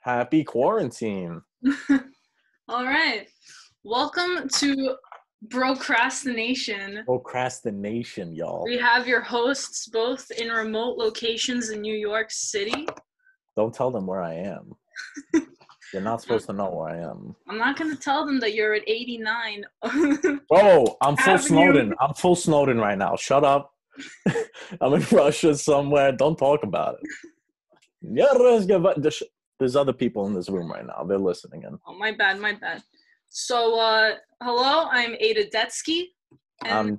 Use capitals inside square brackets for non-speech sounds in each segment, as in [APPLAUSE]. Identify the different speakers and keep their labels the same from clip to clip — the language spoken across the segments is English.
Speaker 1: Happy quarantine.
Speaker 2: All right. Welcome to Procrastination.
Speaker 1: Procrastination, y'all.
Speaker 2: We have your hosts both in remote locations in New York City.
Speaker 1: Don't tell them where I
Speaker 2: [LAUGHS]
Speaker 1: am. You're not supposed to know where I am.
Speaker 2: I'm not going to tell them that you're at [LAUGHS] Oh, 89.
Speaker 1: Bro, I'm full
Speaker 2: Have you-
Speaker 1: Snowden. I'm full Snowden right now. Shut up. [LAUGHS] I'm in Russia somewhere. Don't talk about it. Yeah, let's get back- there's- There's other people in this room right now. They're listening in.
Speaker 2: oh, my bad, my bad. So, uh, hello, I'm Ada Detsky.
Speaker 1: I'm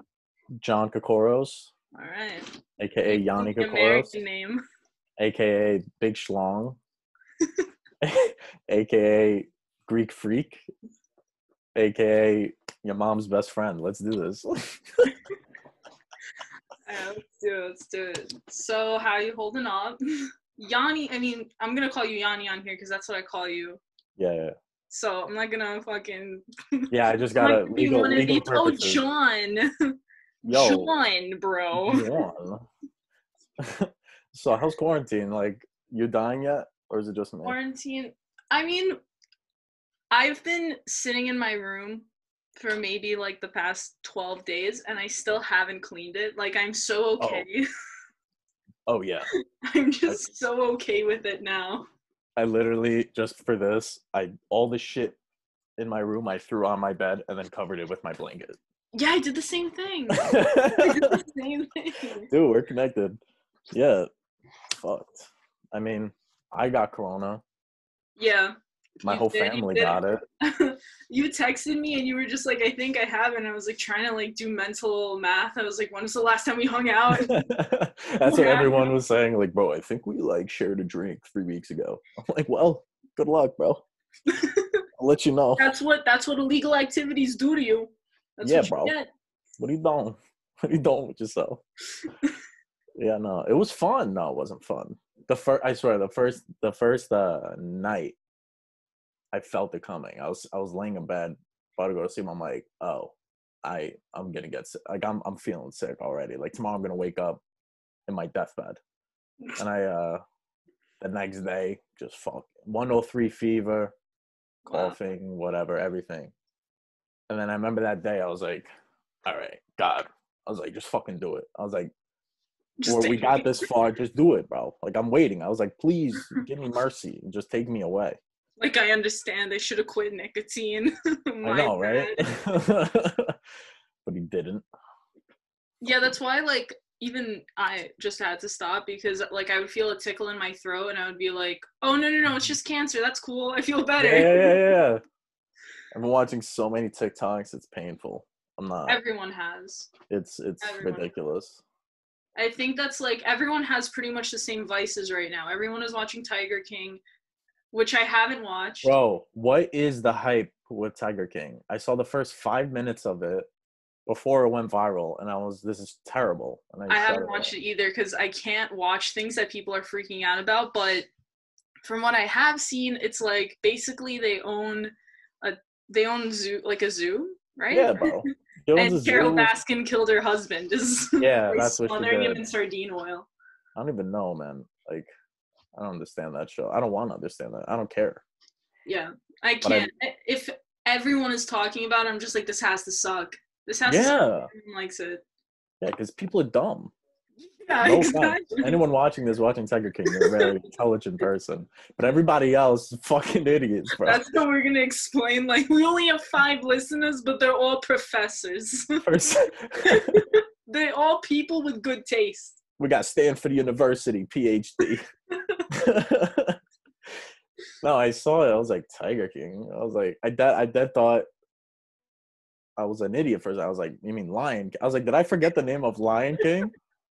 Speaker 1: John Kokoros,
Speaker 2: all right.
Speaker 1: aka Yanni
Speaker 2: The
Speaker 1: Kokoros,
Speaker 2: American name. [LAUGHS]
Speaker 1: aka Big Schlong, aka Greek Freak, aka your mom's best friend. Let's do this. [LAUGHS]
Speaker 2: All right, let's do it. Let's do it. So, how you holding up? [LAUGHS] Yanni, I mean, I'm going to call you Yanni on here because that's what I call you.
Speaker 1: yeah, yeah.
Speaker 2: So, I'm not going to fucking
Speaker 1: Yeah, I just
Speaker 2: Like,
Speaker 1: got a
Speaker 2: if you
Speaker 1: legal
Speaker 2: wanna
Speaker 1: legal
Speaker 2: be- Oh,
Speaker 1: purposes.
Speaker 2: John. [LAUGHS]
Speaker 1: Yo.
Speaker 2: John, bro.
Speaker 1: Go on. [LAUGHS] so how's quarantine? Like, you dying yet, or is it just me?
Speaker 2: Quarantine. I mean, I've been sitting in my room for maybe like the past 12 days and I still haven't cleaned it. Like, I'm so
Speaker 1: Oh.
Speaker 2: okay. [LAUGHS]
Speaker 1: Oh yeah,
Speaker 2: I'm just so okay with it now.
Speaker 1: I literally just for this, I all the shit in my room I threw on my bed and then covered it with my
Speaker 2: [LAUGHS]
Speaker 1: blanket.
Speaker 2: Yeah, I did the
Speaker 1: [LAUGHS]
Speaker 2: same thing. I did
Speaker 1: Dude,
Speaker 2: the same thing.
Speaker 1: we're connected. Yeah, fucked. I mean, I got corona.
Speaker 2: Yeah. [LAUGHS]
Speaker 1: My
Speaker 2: You
Speaker 1: whole
Speaker 2: did, you
Speaker 1: family
Speaker 2: did.
Speaker 1: got it. [LAUGHS]
Speaker 2: you texted me and you were just like, I think I have. And I was like trying to like do mental math. I was like, when was the last time we hung out?
Speaker 1: That's what everyone was saying. Like, bro, I think we like shared a drink three weeks ago. I'm like, well, good luck,
Speaker 2: [LAUGHS]
Speaker 1: bro. I'll let you know.
Speaker 2: That's what that's what illegal activities do to you. That's
Speaker 1: Yeah,
Speaker 2: what you
Speaker 1: bro.
Speaker 2: get.
Speaker 1: What are you doing? [LAUGHS] What are you doing with yourself? yeah, no, it was fun. No, it wasn't fun. The first, I swear, the first, the first uh, night, I felt it coming. I was, I was laying in bed, about to go to sleep. I'm like, oh, I, I'm gonna get sick. Like, I'm, I'm feeling sick already. Like tomorrow, I'm gonna wake up in my deathbed. And I, uh the next day, just fuck, 103 fever,
Speaker 2: Wow. [LAUGHS]
Speaker 1: coughing, whatever, everything. And then I remember that day, I was like, all right, God. I was like, just fucking do it. I was like,
Speaker 2: Just
Speaker 1: well, we
Speaker 2: take-
Speaker 1: got this far, just do it, bro. Like, I'm waiting. I was like, please give
Speaker 2: [LAUGHS]
Speaker 1: me mercy and just take me away.
Speaker 2: like I understand I should have quit nicotine. [LAUGHS]
Speaker 1: I
Speaker 2: Oh My
Speaker 1: know, right?
Speaker 2: bad.
Speaker 1: [LAUGHS] but he didn't.
Speaker 2: Yeah, that's why like even I just had to stop because like I would feel a tickle in my throat and I would be like, Oh no no no, it's just cancer. That's cool. I feel
Speaker 1: Yeah,
Speaker 2: better.
Speaker 1: yeah, yeah, yeah, yeah. I've been watching so many TikToks, it's painful. I'm not.
Speaker 2: [LAUGHS] Everyone has.
Speaker 1: It's it's
Speaker 2: everyone.
Speaker 1: ridiculous.
Speaker 2: I think that's like everyone has pretty much the same vices right now. Everyone is watching Tiger King, which I haven't watched.
Speaker 1: Bro, what is the hype with Tiger King? I saw the first five minutes of it before it went viral, and I was, this is terrible. And
Speaker 2: I
Speaker 1: shut
Speaker 2: haven't watched it either because I can't watch things that people are freaking out about. But from what I have seen, it's like basically they own a they own zoo like a zoo, right?
Speaker 1: Yeah,
Speaker 2: [LAUGHS]
Speaker 1: bro. It was a
Speaker 2: and Carol
Speaker 1: zoo.
Speaker 2: Baskin killed her husband. [LAUGHS] Is
Speaker 1: Yeah, that's
Speaker 2: [LAUGHS]
Speaker 1: what she
Speaker 2: smothering him
Speaker 1: did.
Speaker 2: in sardine oil.
Speaker 1: I don't even know, man. Like, I don't understand that show. I don't want to understand that. I don't care.
Speaker 2: Yeah, I
Speaker 1: But I-
Speaker 2: can't. I- if everyone is talking about it, I'm just like, this has to suck. This has to. Suck.
Speaker 1: Yeah,
Speaker 2: Everyone likes it.
Speaker 1: yeah, because people are
Speaker 2: [LAUGHS]
Speaker 1: dumb.
Speaker 2: Yeah,
Speaker 1: No offense.
Speaker 2: exactly.
Speaker 1: Anyone watching this watching Tiger King, you're a very intelligent person, but everybody else, is fucking idiots, bro.
Speaker 2: [LAUGHS] That's what we're gonna explain. Like, we only have five listeners, but they're all professors.
Speaker 1: [LAUGHS]
Speaker 2: [LAUGHS]
Speaker 1: Person-
Speaker 2: They're all people with good taste.
Speaker 1: we got Stanford University,
Speaker 2: [LAUGHS]
Speaker 1: PhD. no, I saw it. I was like Tiger King. I was like, I that I that thought I was an idiot first. I was like, you mean Lion? Ki-" I was like, did I forget the name of Lion King?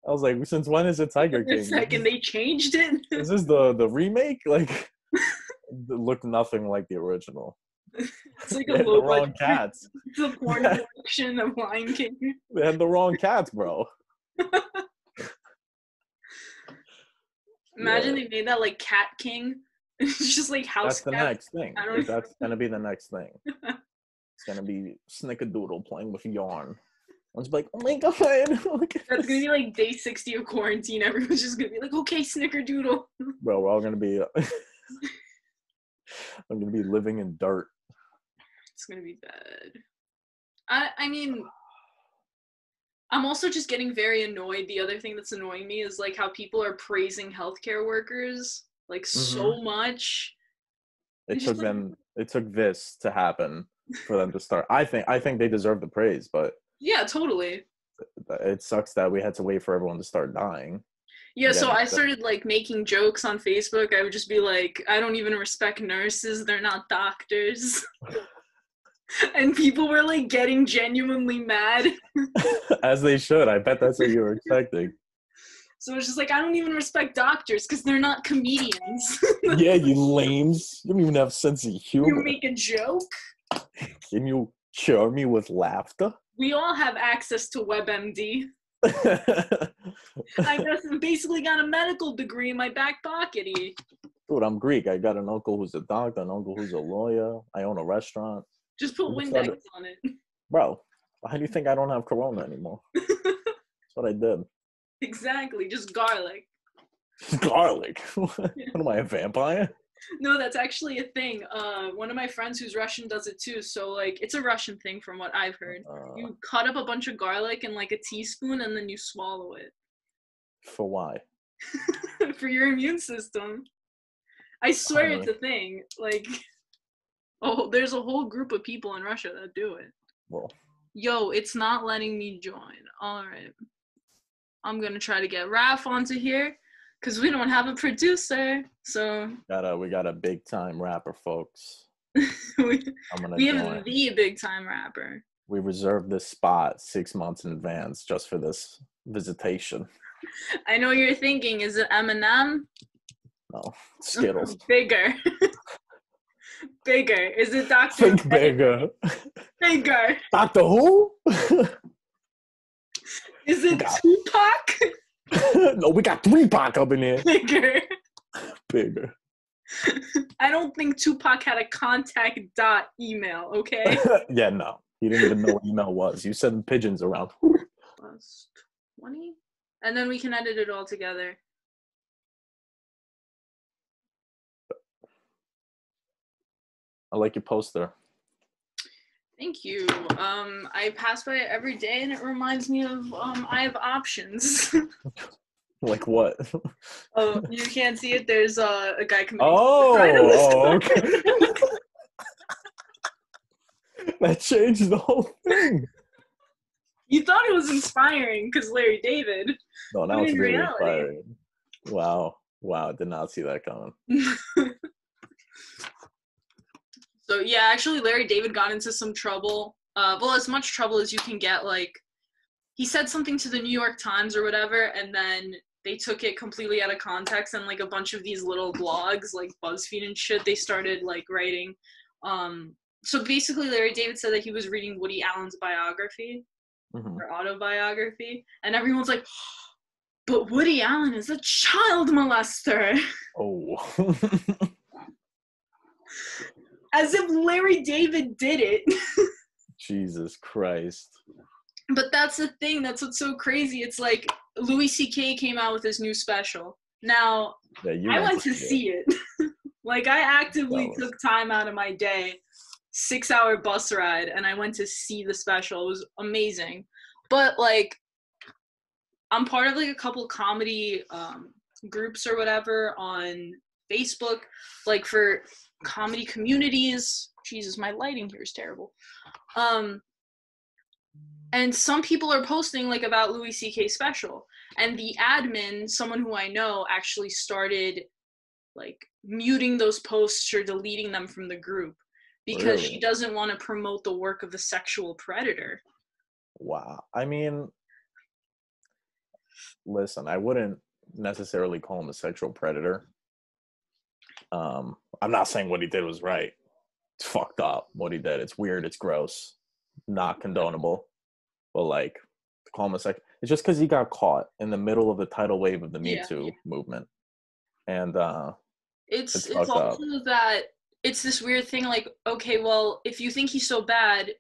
Speaker 1: I was like, since when is it
Speaker 2: [LAUGHS]
Speaker 1: Tiger King?
Speaker 2: The second they changed it. [LAUGHS]
Speaker 1: Is this the the remake? Like, it looked nothing like the original.
Speaker 2: It's like
Speaker 1: They
Speaker 2: a
Speaker 1: had
Speaker 2: low
Speaker 1: the wrong
Speaker 2: budget-
Speaker 1: cats.
Speaker 2: It's a
Speaker 1: [LAUGHS]
Speaker 2: porn
Speaker 1: Yeah.
Speaker 2: production of Lion King.
Speaker 1: They had the wrong cats, bro.
Speaker 2: Imagine they made that like Cat King. [LAUGHS] It's just like
Speaker 1: That's
Speaker 2: house
Speaker 1: the
Speaker 2: cat.
Speaker 1: next thing.
Speaker 2: I don't
Speaker 1: Like,
Speaker 2: know.
Speaker 1: that's gonna be the next
Speaker 2: [LAUGHS]
Speaker 1: thing. It's gonna be Snickerdoodle playing with yarn. One's like, oh my god, [LAUGHS] look at
Speaker 2: That's gonna
Speaker 1: this."
Speaker 2: be like day 60 of quarantine. Everyone's just gonna be like, okay, snickerdoodle.
Speaker 1: bro. We're all gonna be. uh, [LAUGHS] I'm gonna be living in dirt.
Speaker 2: [LAUGHS] It's gonna be bad. I I mean I'm also just getting very annoyed. The other thing that's annoying me is like how people are praising healthcare workers like
Speaker 1: Mm-hmm.
Speaker 2: so much.
Speaker 1: It
Speaker 2: It's
Speaker 1: took
Speaker 2: just like-
Speaker 1: them. It took this to happen for them to start. I think. I think they deserve the praise, but
Speaker 2: Yeah, totally.
Speaker 1: it sucks that we had to wait for everyone to start dying. [LAUGHS]
Speaker 2: Yeah, so
Speaker 1: Yeah,
Speaker 2: I
Speaker 1: so-
Speaker 2: started like making jokes on Facebook. I would just be like, I don't even respect nurses, they're not doctors. [LAUGHS] and people were like getting genuinely mad.
Speaker 1: As they should. I bet that's what you were
Speaker 2: [LAUGHS]
Speaker 1: expecting.
Speaker 2: So it's just like, I don't even respect doctors because they're not comedians. [LAUGHS]
Speaker 1: yeah, you lames. You don't even have sense of
Speaker 2: you
Speaker 1: humor.
Speaker 2: make a joke.
Speaker 1: Can you cure me with laughter?
Speaker 2: We all have access to WebMD.
Speaker 1: [LAUGHS]
Speaker 2: I just basically got a medical degree in my back pocket. E.
Speaker 1: Dude, I'm Greek. I got an uncle who's a doctor, an uncle who's a lawyer. I own a restaurant.
Speaker 2: Just put
Speaker 1: You just
Speaker 2: Windex
Speaker 1: gotta-
Speaker 2: on it. [LAUGHS]
Speaker 1: Bro, how do you think I don't have corona anymore? That's what I did. [LAUGHS]
Speaker 2: exactly. Just garlic.
Speaker 1: Garlic. [LAUGHS] what am I, a vampire?
Speaker 2: No, that's actually a thing. Uh, one of my friends who's Russian does it too. So like, it's a Russian thing from what I've heard.
Speaker 1: Uh,
Speaker 2: You cut up a bunch of garlic in like a teaspoon and then you swallow it [LAUGHS]
Speaker 1: for why?
Speaker 2: for your immune system. I swear
Speaker 1: Oh,
Speaker 2: it's a thing. Like, [LAUGHS] oh, there's a whole group of people in Russia that do it.
Speaker 1: Well,
Speaker 2: Yo, it's not letting me join. All right. I'm going to try to get Raph onto here because we don't have a producer. So [LAUGHS]
Speaker 1: got a, we got a big time rapper, folks.
Speaker 2: we,
Speaker 1: I'm gonna
Speaker 2: we
Speaker 1: join.
Speaker 2: have the big time rapper.
Speaker 1: we reserved this spot six months in advance just for this visitation.
Speaker 2: I know you're thinking, is it Eminem?
Speaker 1: No, [LAUGHS] Skittles.
Speaker 2: [LAUGHS] Bigger. Bigger. Is it Dr.
Speaker 1: Think bigger.
Speaker 2: Bigger?
Speaker 1: Doctor Who? [LAUGHS]
Speaker 2: Is it
Speaker 1: Got
Speaker 2: Tupac? [LAUGHS]
Speaker 1: no, we got three pack up in here.
Speaker 2: Bigger.
Speaker 1: Bigger.
Speaker 2: I don't think Tupac had a contact dot email,
Speaker 1: [LAUGHS]
Speaker 2: okay?
Speaker 1: yeah, no. You didn't even know what email was. You send pigeons around.
Speaker 2: Plus 20. And then we can edit it all together.
Speaker 1: I like your poster.
Speaker 2: Thank you. Um, I pass by it every day, and it reminds me of um, I have options. [LAUGHS]
Speaker 1: Like what? [LAUGHS]
Speaker 2: oh, you can't see it. There's uh, a guy committing
Speaker 1: Oh,
Speaker 2: suicide in this
Speaker 1: oh,
Speaker 2: car.
Speaker 1: okay. that changed the whole thing.
Speaker 2: [LAUGHS] You thought it was inspiring because Larry David.
Speaker 1: No, now
Speaker 2: But
Speaker 1: it's
Speaker 2: in
Speaker 1: really
Speaker 2: reality-
Speaker 1: inspiring. Wow. Wow. Did not see that coming.
Speaker 2: So yeah, actually, Larry David got into some trouble. Uh, well, as much trouble as you can get. Like, he said something to the New York Times or whatever, and then they took it completely out of context. And like a bunch of these little blogs, like BuzzFeed and shit, they started like writing. Um, so basically, Larry David said that he was reading Woody Allen's biography
Speaker 1: Mhm.
Speaker 2: or autobiography, and everyone's like, "But Woody Allen is a child molester." [LAUGHS]
Speaker 1: Oh. [LAUGHS]
Speaker 2: As if Larry David did it.
Speaker 1: Jesus Christ.
Speaker 2: But that's the thing. That's what's so crazy. It's like Louis C.K. came out with his new special. Now
Speaker 1: Yeah, you
Speaker 2: I went to see it. [LAUGHS] like I actively
Speaker 1: That was-
Speaker 2: took time out of my day, six-hour bus ride, and I went to see the special. It was amazing. But like, I'm part of like a couple comedy um, groups or whatever on Facebook, like for comedy communities. Jesus, my lighting here is terrible. Um, and some people are posting like about Louis C.K. special, and the admin, someone who I know, actually started like muting those posts or deleting them from the group because she
Speaker 1: Really?
Speaker 2: doesn't want to promote the work of the sexual predator.
Speaker 1: Wow. I mean, listen, I wouldn't necessarily call him a sexual predator. Um, I'm not saying what he did was right. It's fucked up what he did. It's weird. It's gross. Not condonable. But like, to call him a sex. It's just because he got caught in the middle of the tidal wave of the Me
Speaker 2: Yeah,
Speaker 1: Too movement, and uh,
Speaker 2: It's
Speaker 1: It's
Speaker 2: it's,
Speaker 1: fucked up.
Speaker 2: also that it's this weird thing like okay, well, if you think he's so bad,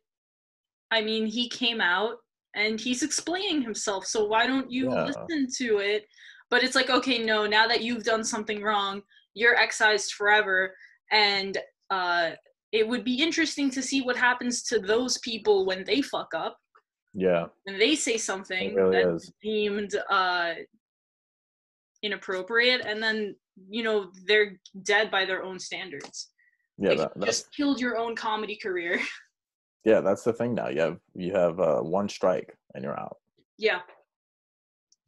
Speaker 2: I mean, he came out and he's explaining himself, so why don't you
Speaker 1: Yeah.
Speaker 2: listen to it? But it's like okay, no, now that you've done something wrong, you're excised forever and uh, it would be interesting to see what happens to those people when they fuck up
Speaker 1: Yeah.
Speaker 2: when they say something
Speaker 1: It really
Speaker 2: that's
Speaker 1: is.
Speaker 2: deemed uh, inappropriate, and then you know they're dead by their own standards.
Speaker 1: Yeah.
Speaker 2: Like,
Speaker 1: That,
Speaker 2: you
Speaker 1: that's
Speaker 2: just killed your own comedy career. [LAUGHS]
Speaker 1: yeah. That's the thing now. You have you have uh, one strike and you're out.
Speaker 2: yeah,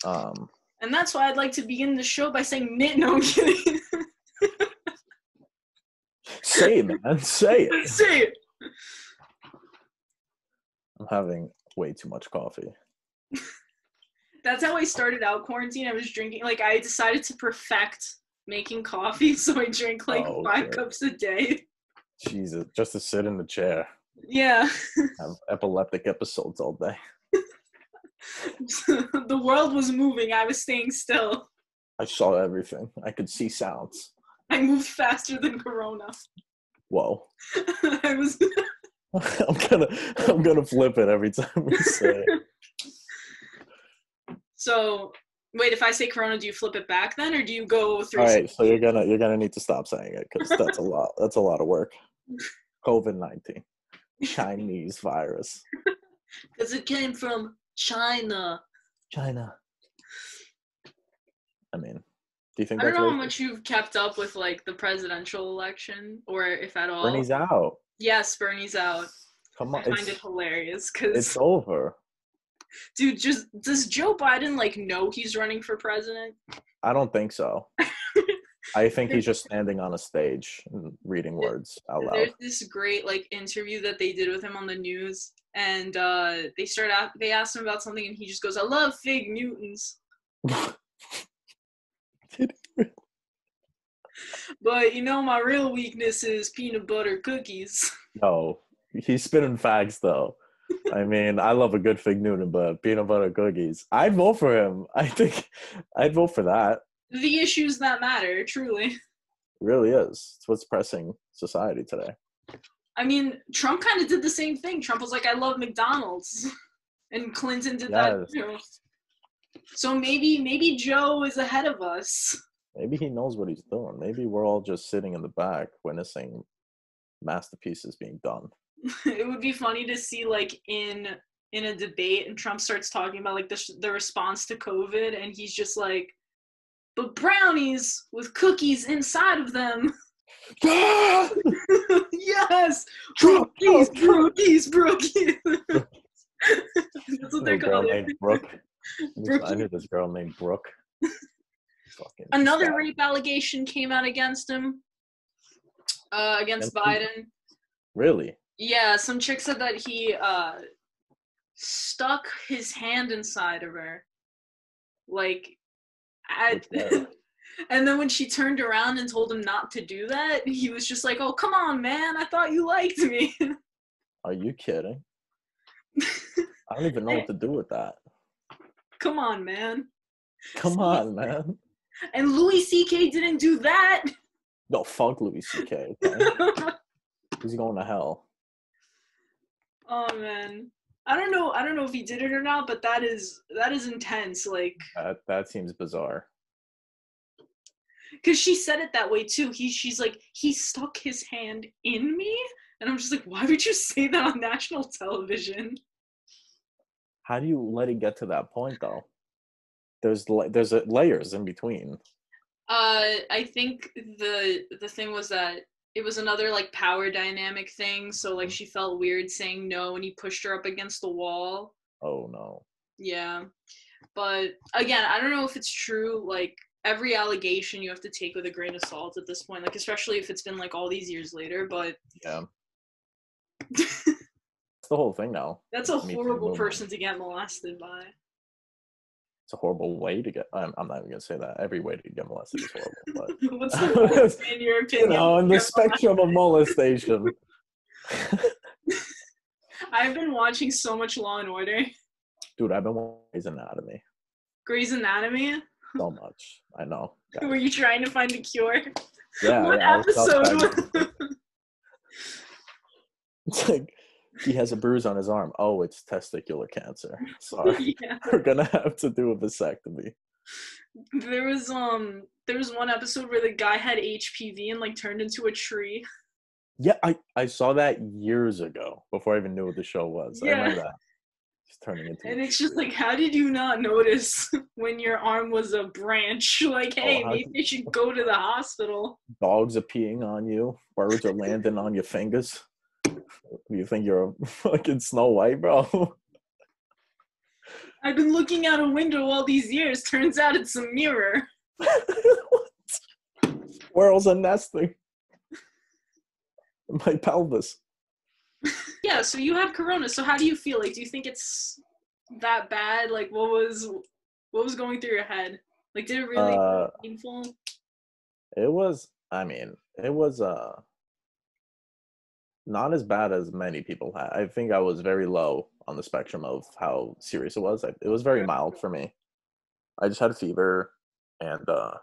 Speaker 1: Um.
Speaker 2: and that's why I'd like to begin the show by saying, "Nit, [LAUGHS] no, I'm kidding."
Speaker 1: Say it, man. Say it.
Speaker 2: Say it.
Speaker 1: I'm having way too much coffee.
Speaker 2: That's how I started out quarantine. I was drinking like I decided to perfect making coffee, [LAUGHS] so I drank like
Speaker 1: Oh,
Speaker 2: five
Speaker 1: okay.
Speaker 2: cups a day.
Speaker 1: Jesus, just to sit in the chair,
Speaker 2: Yeah, [LAUGHS]
Speaker 1: have epileptic episodes all day.
Speaker 2: the world was moving. I was staying still.
Speaker 1: I saw everything. I could see sounds.
Speaker 2: I moved faster than Corona. [LAUGHS]
Speaker 1: Whoa. [LAUGHS]
Speaker 2: I was
Speaker 1: I'm gonna I'm gonna flip it every time we say it.
Speaker 2: [LAUGHS] so. Wait, if I say Corona, do you flip it back then, or do you go three?
Speaker 1: All right, so you're gonna you're gonna need to stop saying it because that's a lot. That's a lot of work. COVID nineteen, Chinese virus,
Speaker 2: Because it came from China.
Speaker 1: China. I mean, do you think
Speaker 2: I don't
Speaker 1: that's
Speaker 2: know how
Speaker 1: racist?
Speaker 2: much you've kept up with like the presidential election, or if at all.
Speaker 1: Bernie's out?
Speaker 2: yes, Bernie's out.
Speaker 1: Come
Speaker 2: I
Speaker 1: on,
Speaker 2: find it
Speaker 1: it's
Speaker 2: hilarious
Speaker 1: it's
Speaker 2: because
Speaker 1: over.
Speaker 2: dude, just does Joe Biden like know he's running for president?
Speaker 1: I don't think so. I think he's just standing on a stage and reading words out loud.
Speaker 2: There's this great like interview that they did with him on the news, and uh, they start out. They asked him about something, and he just goes, "I love fig Newtons."
Speaker 1: Did
Speaker 2: But you know, my real weakness is peanut butter cookies.
Speaker 1: No, he's spinning facts though. I mean, I love a good fig Newton, but peanut butter cookies. I'd vote for him. [LAUGHS] I think I'd vote for that.
Speaker 2: The issues that matter, truly.
Speaker 1: It really is. It's what's pressing society today.
Speaker 2: I mean, Trump kind of did the same thing. Trump was like, "I love McDonald's," [LAUGHS] and Clinton did that
Speaker 1: Yes.
Speaker 2: too. So maybe, maybe Joe is ahead of us. [LAUGHS]
Speaker 1: Maybe he knows what he's doing. Maybe we're all just sitting in the back witnessing masterpieces being done.
Speaker 2: it would be funny to see like in in a debate and Trump starts talking about like the sh- the response to COVID and he's just like but brownies with cookies inside of them. [LAUGHS] yes.
Speaker 1: Trump,
Speaker 2: Brookies,
Speaker 1: [LAUGHS] Trump,
Speaker 2: brookies, brookies. [LAUGHS] That's what
Speaker 1: I knew
Speaker 2: they're
Speaker 1: a girl
Speaker 2: called.
Speaker 1: named [LAUGHS] Brooke. I
Speaker 2: Brookie.
Speaker 1: knew this girl named Brooke. Fucking
Speaker 2: Another
Speaker 1: stab.
Speaker 2: rape allegation came out against him uh against
Speaker 1: Against him?
Speaker 2: Biden.
Speaker 1: Really?
Speaker 2: Yeah, some chick said that he uh stuck his hand inside of her. Like at,
Speaker 1: With [LAUGHS] what?
Speaker 2: [LAUGHS] and then when she turned around and told him not to do that, he was just like, "Oh, come on, man. I thought you liked me." [LAUGHS]
Speaker 1: Are you kidding? I don't even know [LAUGHS] what to do with that.
Speaker 2: come on, man.
Speaker 1: Come on, man.
Speaker 2: And Louis CK didn't do that. [LAUGHS]
Speaker 1: No, fuck Louis C.K. okay? He's going to hell.
Speaker 2: oh man. I don't know. I don't know if he did it or not, but that is that is intense like
Speaker 1: That that seems bizarre.
Speaker 2: because she said it that way too. He, she's like, he stuck his hand in me, and I'm just like, why would you say that on national television?
Speaker 1: How do you let it get to that point though? There's la- there's uh layers in between.
Speaker 2: Uh, I think the the thing was that it was another like power dynamic thing. So like she felt weird saying no, and he pushed her up against the wall.
Speaker 1: Oh no.
Speaker 2: Yeah, but again, I don't know if it's true. Like every allegation you have to take with a grain of salt at this point. Like especially if it's been like all these years later. But
Speaker 1: Yeah. It's the whole thing now.
Speaker 2: that's a
Speaker 1: Me too,
Speaker 2: horrible
Speaker 1: movement.
Speaker 2: person to get molested by.
Speaker 1: It's a horrible way to get. I'm, I'm not even gonna say that. Every way to get molested is horrible, but
Speaker 2: What's the
Speaker 1: [LAUGHS]
Speaker 2: worst in your
Speaker 1: you
Speaker 2: opinion?
Speaker 1: know, in the spectrum of molestation,
Speaker 2: I've been watching so much Law and Order,
Speaker 1: dude, I've been watching Grey's Anatomy
Speaker 2: Grey's Anatomy.
Speaker 1: so much. I know.
Speaker 2: Were you trying to find a cure?
Speaker 1: Yeah,
Speaker 2: [LAUGHS] what
Speaker 1: yeah, I was
Speaker 2: episode?
Speaker 1: outside.
Speaker 2: was-
Speaker 1: It's like he has a bruise on his arm. Oh, it's testicular cancer. [LAUGHS]
Speaker 2: [LAUGHS]
Speaker 1: Sorry.
Speaker 2: yeah,
Speaker 1: We're gonna have to do a vasectomy.
Speaker 2: there was um, there was one episode where the guy had HPV and like turned into a tree.
Speaker 1: Yeah, I, I saw that years ago before I even knew what the show was. I
Speaker 2: Yeah.
Speaker 1: remember that. It's turning into
Speaker 2: And it's just like, how did you not notice [LAUGHS] when your arm was a branch? [LAUGHS] Like, hey,
Speaker 1: Oh, how-
Speaker 2: maybe you should go to the hospital.
Speaker 1: dogs are peeing on you, birds are landing on your fingers. You think you're a [LAUGHS] fucking Snow White, bro?
Speaker 2: I've been looking out a window all these years. Turns out it's a mirror.
Speaker 1: What? Squirrels are nesting in my pelvis.
Speaker 2: Yeah, so you had corona. So how do you feel? Like, do you think it's that bad? Like, what was what was going through your head? Like, did it really
Speaker 1: Uh,
Speaker 2: painful?
Speaker 1: It was, I mean, it was uh not as bad as many people had. I think I was very low on the spectrum of how serious it was. I, it was very
Speaker 2: Yeah.
Speaker 1: mild for me. I just had fever and uh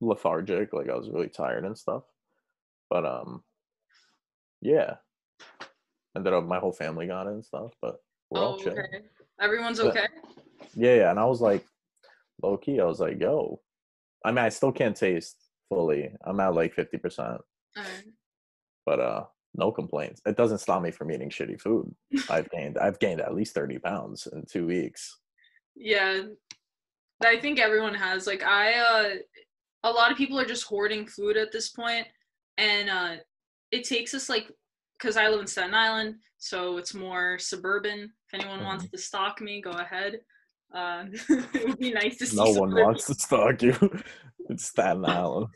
Speaker 1: lethargic, like I was really tired and stuff. But um yeah. And then uh, my whole family got it and stuff, but we're all
Speaker 2: Oh,
Speaker 1: chill.
Speaker 2: okay. Everyone's
Speaker 1: But-
Speaker 2: okay.
Speaker 1: Yeah, yeah. And I was like, low key, I was like, yo. I mean, I still can't taste fully. I'm at like 50%,
Speaker 2: Alright.
Speaker 1: but uh no complaints. It doesn't stop me from eating shitty food. I've gained I've gained at least 30 pounds in two weeks.
Speaker 2: Yeah. I think everyone has. Like I uh a lot of people are just hoarding food at this point and uh it takes us like cuz I live in Staten Island, so it's more suburban. If
Speaker 1: Mm-hmm.
Speaker 2: anyone wants to stalk me, go ahead. Uh, [LAUGHS] it would be nice to see
Speaker 1: No
Speaker 2: some
Speaker 1: one
Speaker 2: other
Speaker 1: wants to stalk you. [LAUGHS] it's Staten Island.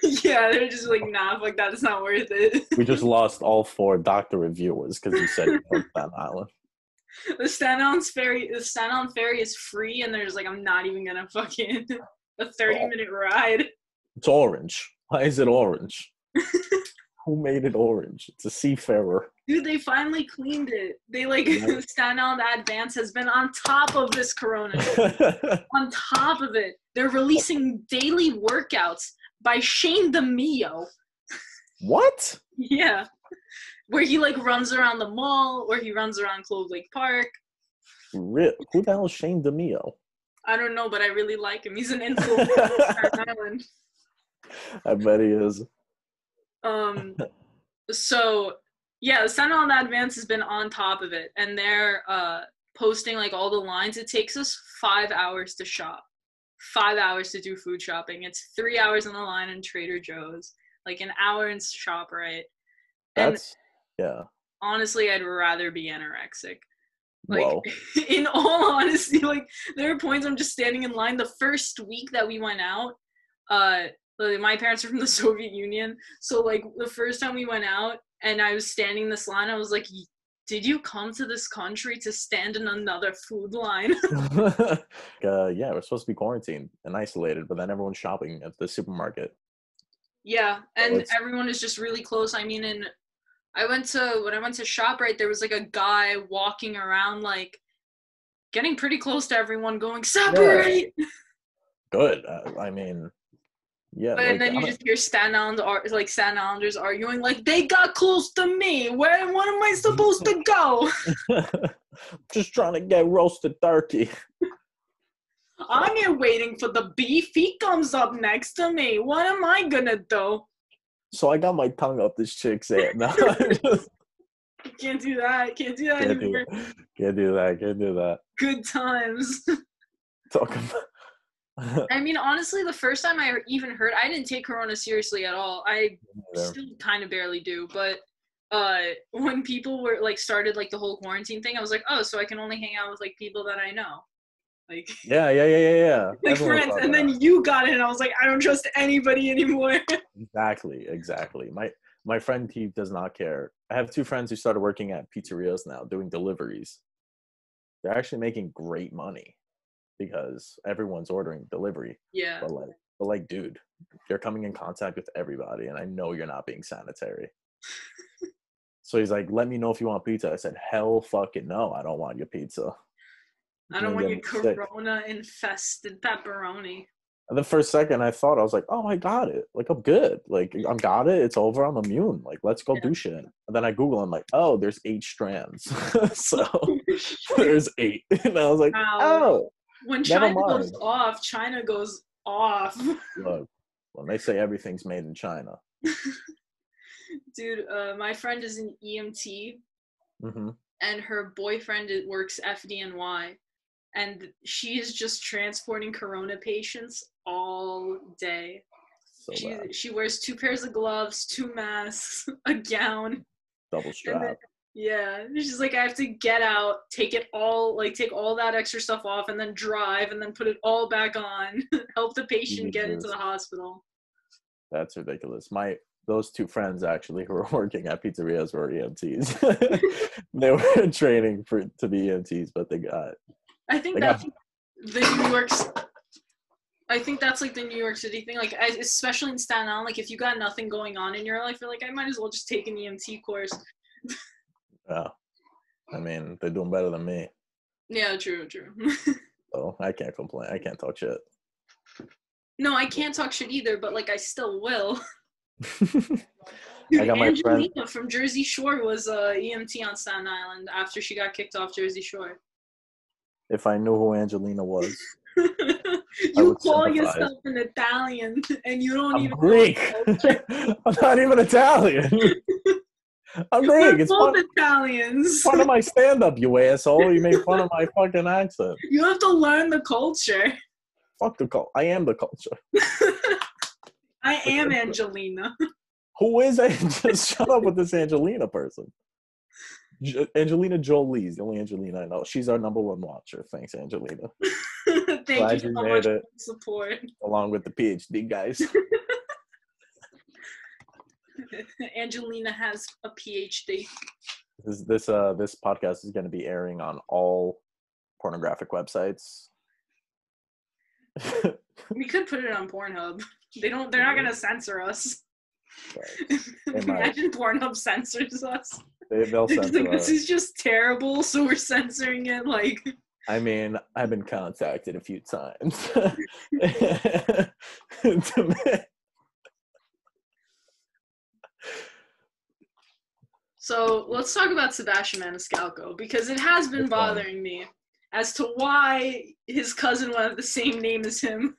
Speaker 2: people. [LAUGHS] yeah, they're just like, nah, like that is not worth it.
Speaker 1: We just lost all four doctor reviewers because you said you love Staten Island.
Speaker 2: [LAUGHS] the Staten Island ferry the Staten Island ferry is free and there's like I'm not even gonna fucking [LAUGHS] a 30
Speaker 1: Oh.
Speaker 2: minute ride.
Speaker 1: It's orange. Why is it orange? Who made it orange? It's a seafarer. [LAUGHS]
Speaker 2: Dude, they finally cleaned it. They like
Speaker 1: Yeah.
Speaker 2: [LAUGHS] Staten Island Advance has been on top of this corona. on top of it. They're releasing daily workouts by Shane DeMio.
Speaker 1: what?
Speaker 2: Yeah. Where he like runs around the mall or he runs around Clove Lake Park.
Speaker 1: Re- Who the hell is Shane DeMio?
Speaker 2: I don't know, but I really like him. He's an influencer on Staten
Speaker 1: [LAUGHS]
Speaker 2: Island.
Speaker 1: I bet he is.
Speaker 2: Um, so yeah, the Sentinel and Advance has been on top of it, and they're uh, posting like all the lines. It takes us five hours to shop, five hours to do food shopping. It's three hours on the line in Trader Joe's, like an hour in ShopRite. And-
Speaker 1: That's yeah.
Speaker 2: Honestly, I'd rather be anorexic. Like, [LAUGHS]
Speaker 1: Whoa. [LAUGHS]
Speaker 2: in all honesty, like there are points I'm just standing in line. The first week that we went out, uh, like, my parents are from the [LAUGHS] Soviet Union, so like the first time we went out, and I was standing in this line, I was like, "Y- "Did you come to this country to stand in another food line?" [LAUGHS]
Speaker 1: uh, yeah, we're supposed to be quarantined and isolated, but then everyone's shopping at the supermarket.
Speaker 2: yeah, and
Speaker 1: it's-
Speaker 2: everyone is just really close. I mean, and I went to when I went to Shoprite, there was like a guy walking around like. Getting pretty close to everyone, going separate,
Speaker 1: Good. Uh, I mean, yeah. [LAUGHS]
Speaker 2: But
Speaker 1: like,
Speaker 2: and then
Speaker 1: I'm
Speaker 2: you
Speaker 1: a-
Speaker 2: just hear Staten Island ar- like Staten Islanders arguing, like they got close to me. Where? What am I supposed to go? [LAUGHS]
Speaker 1: [LAUGHS] just trying to get roasted turkey. [LAUGHS]
Speaker 2: I'm here waiting for the beef. He comes up next to me. What am I gonna do?
Speaker 1: So I got my tongue up this chick's ass. [LAUGHS] No,
Speaker 2: [LAUGHS] I Can't do that. Can't do that
Speaker 1: can't do
Speaker 2: anymore.
Speaker 1: that. Can't do that. Can't do that.
Speaker 2: Good times. [LAUGHS]
Speaker 1: Talk about.
Speaker 2: I mean, honestly, the first time I even heard, I didn't take Corona seriously at all. I still kind of barely do but uh when people were like started like the whole quarantine thing i was like oh so i can only hang out with like people that i know like
Speaker 1: yeah, yeah, yeah, yeah, yeah.
Speaker 2: like
Speaker 1: Everyone
Speaker 2: friends
Speaker 1: thought
Speaker 2: and
Speaker 1: that.
Speaker 2: then you got it and i was like i don't trust anybody anymore [LAUGHS]
Speaker 1: Exactly, exactly. My my friend he does not care. I have two friends who started working at pizzerias now doing deliveries. They're actually making great money because everyone's ordering delivery.
Speaker 2: yeah
Speaker 1: But like but like dude, you're coming in contact with everybody and I know you're not being sanitary. so he's like, "Let me know if you want pizza." I said, "Hell fucking no. I don't want your pizza."
Speaker 2: i don't want your
Speaker 1: You're gonna get sick.
Speaker 2: corona infested pepperoni
Speaker 1: And the first second I thought I was like, "Oh, I got it. Like I'm good. Like I'm got it. It's over. I'm immune. Like let's go
Speaker 2: Yeah.
Speaker 1: do shit." And then I Google. I'm like, "Oh, there's eight strands. [LAUGHS]
Speaker 2: [LAUGHS]
Speaker 1: so there's eight. [LAUGHS] And I was like,
Speaker 2: Wow.
Speaker 1: "Oh,
Speaker 2: when
Speaker 1: Never
Speaker 2: china goes
Speaker 1: mind.
Speaker 2: off china goes off [LAUGHS]
Speaker 1: look." When they say everything's made in China,
Speaker 2: Dude, uh, my friend is an EMT
Speaker 1: hmm
Speaker 2: and her boyfriend i- works FDNY, and she is just transporting corona patients all day.
Speaker 1: So
Speaker 2: she,
Speaker 1: bad.
Speaker 2: she wears two pairs of gloves, two masks, [LAUGHS] a gown.
Speaker 1: Double
Speaker 2: And then,
Speaker 1: strap.
Speaker 2: yeah, she's like, I have to get out, take it all, like take all that extra stuff off, and then drive, and then put it all back on, [LAUGHS] help the patient get into
Speaker 1: Jesus.
Speaker 2: the hospital.
Speaker 1: That's ridiculous. My those two friends actually [LAUGHS] who were working at pizzerias were EMTs. [LAUGHS] they were training for to be EMTs, but they got
Speaker 2: I think
Speaker 1: They
Speaker 2: that's the New York. C- I think that's like the New York City thing. Like, I, especially in Staten Island, like if you got nothing going on in your life, you're like, I might as well just take an EMT course.
Speaker 1: uh, I mean, they're doing better than me.
Speaker 2: Yeah, true, true. [LAUGHS]
Speaker 1: So I can't complain. I can't talk shit.
Speaker 2: no, I can't talk shit either, but like I still will.
Speaker 1: I got my friend
Speaker 2: [LAUGHS] Angelina from Jersey Shore was uh, EMT on Staten Island after she got kicked off Jersey Shore.
Speaker 1: [LAUGHS] if I knew who Angelina was.
Speaker 2: you
Speaker 1: would
Speaker 2: call
Speaker 1: sympathize.
Speaker 2: yourself an Italian and you don't
Speaker 1: [LAUGHS] I'm
Speaker 2: even
Speaker 1: Greek. [LAUGHS] I'm not even
Speaker 2: [LAUGHS]
Speaker 1: Italian. I'm
Speaker 2: We're [LAUGHS]
Speaker 1: Greek. It's
Speaker 2: both
Speaker 1: fun,
Speaker 2: Italians.
Speaker 1: fun of my stand up, you asshole. You made fun of
Speaker 2: [LAUGHS]
Speaker 1: my fucking accent.
Speaker 2: You have to learn the culture.
Speaker 1: Fuck the cult. I am the culture. [LAUGHS]
Speaker 2: I am Angelina. [LAUGHS]
Speaker 1: Who is it? [LAUGHS] Just shut up with this Angelina person. J- Angelina Jolie is the only Angelina I know. She's our number one watcher. Thanks, Angelina.
Speaker 2: Thank you
Speaker 1: Glad
Speaker 2: so
Speaker 1: you
Speaker 2: much
Speaker 1: made
Speaker 2: for
Speaker 1: it.
Speaker 2: the support. [LAUGHS]
Speaker 1: Along with the PhD guys.
Speaker 2: Angelina has a PhD.
Speaker 1: This this uh this podcast is gonna be airing on all pornographic websites. [LAUGHS]
Speaker 2: We could put it on Pornhub. They don't. They're not gonna censor us. [LAUGHS]
Speaker 1: might.
Speaker 2: Imagine Pornhub censors us.
Speaker 1: They,
Speaker 2: [LAUGHS]
Speaker 1: they'll
Speaker 2: They're just
Speaker 1: censor
Speaker 2: like,
Speaker 1: us.
Speaker 2: this is just terrible, so we're censoring it. Like,
Speaker 1: I mean, I've been contacted a few times. [LAUGHS] To
Speaker 2: so let's talk about Sebastian Maniscalco because it has been
Speaker 1: Which one?
Speaker 2: bothering me as to why his cousin will have the same name as him.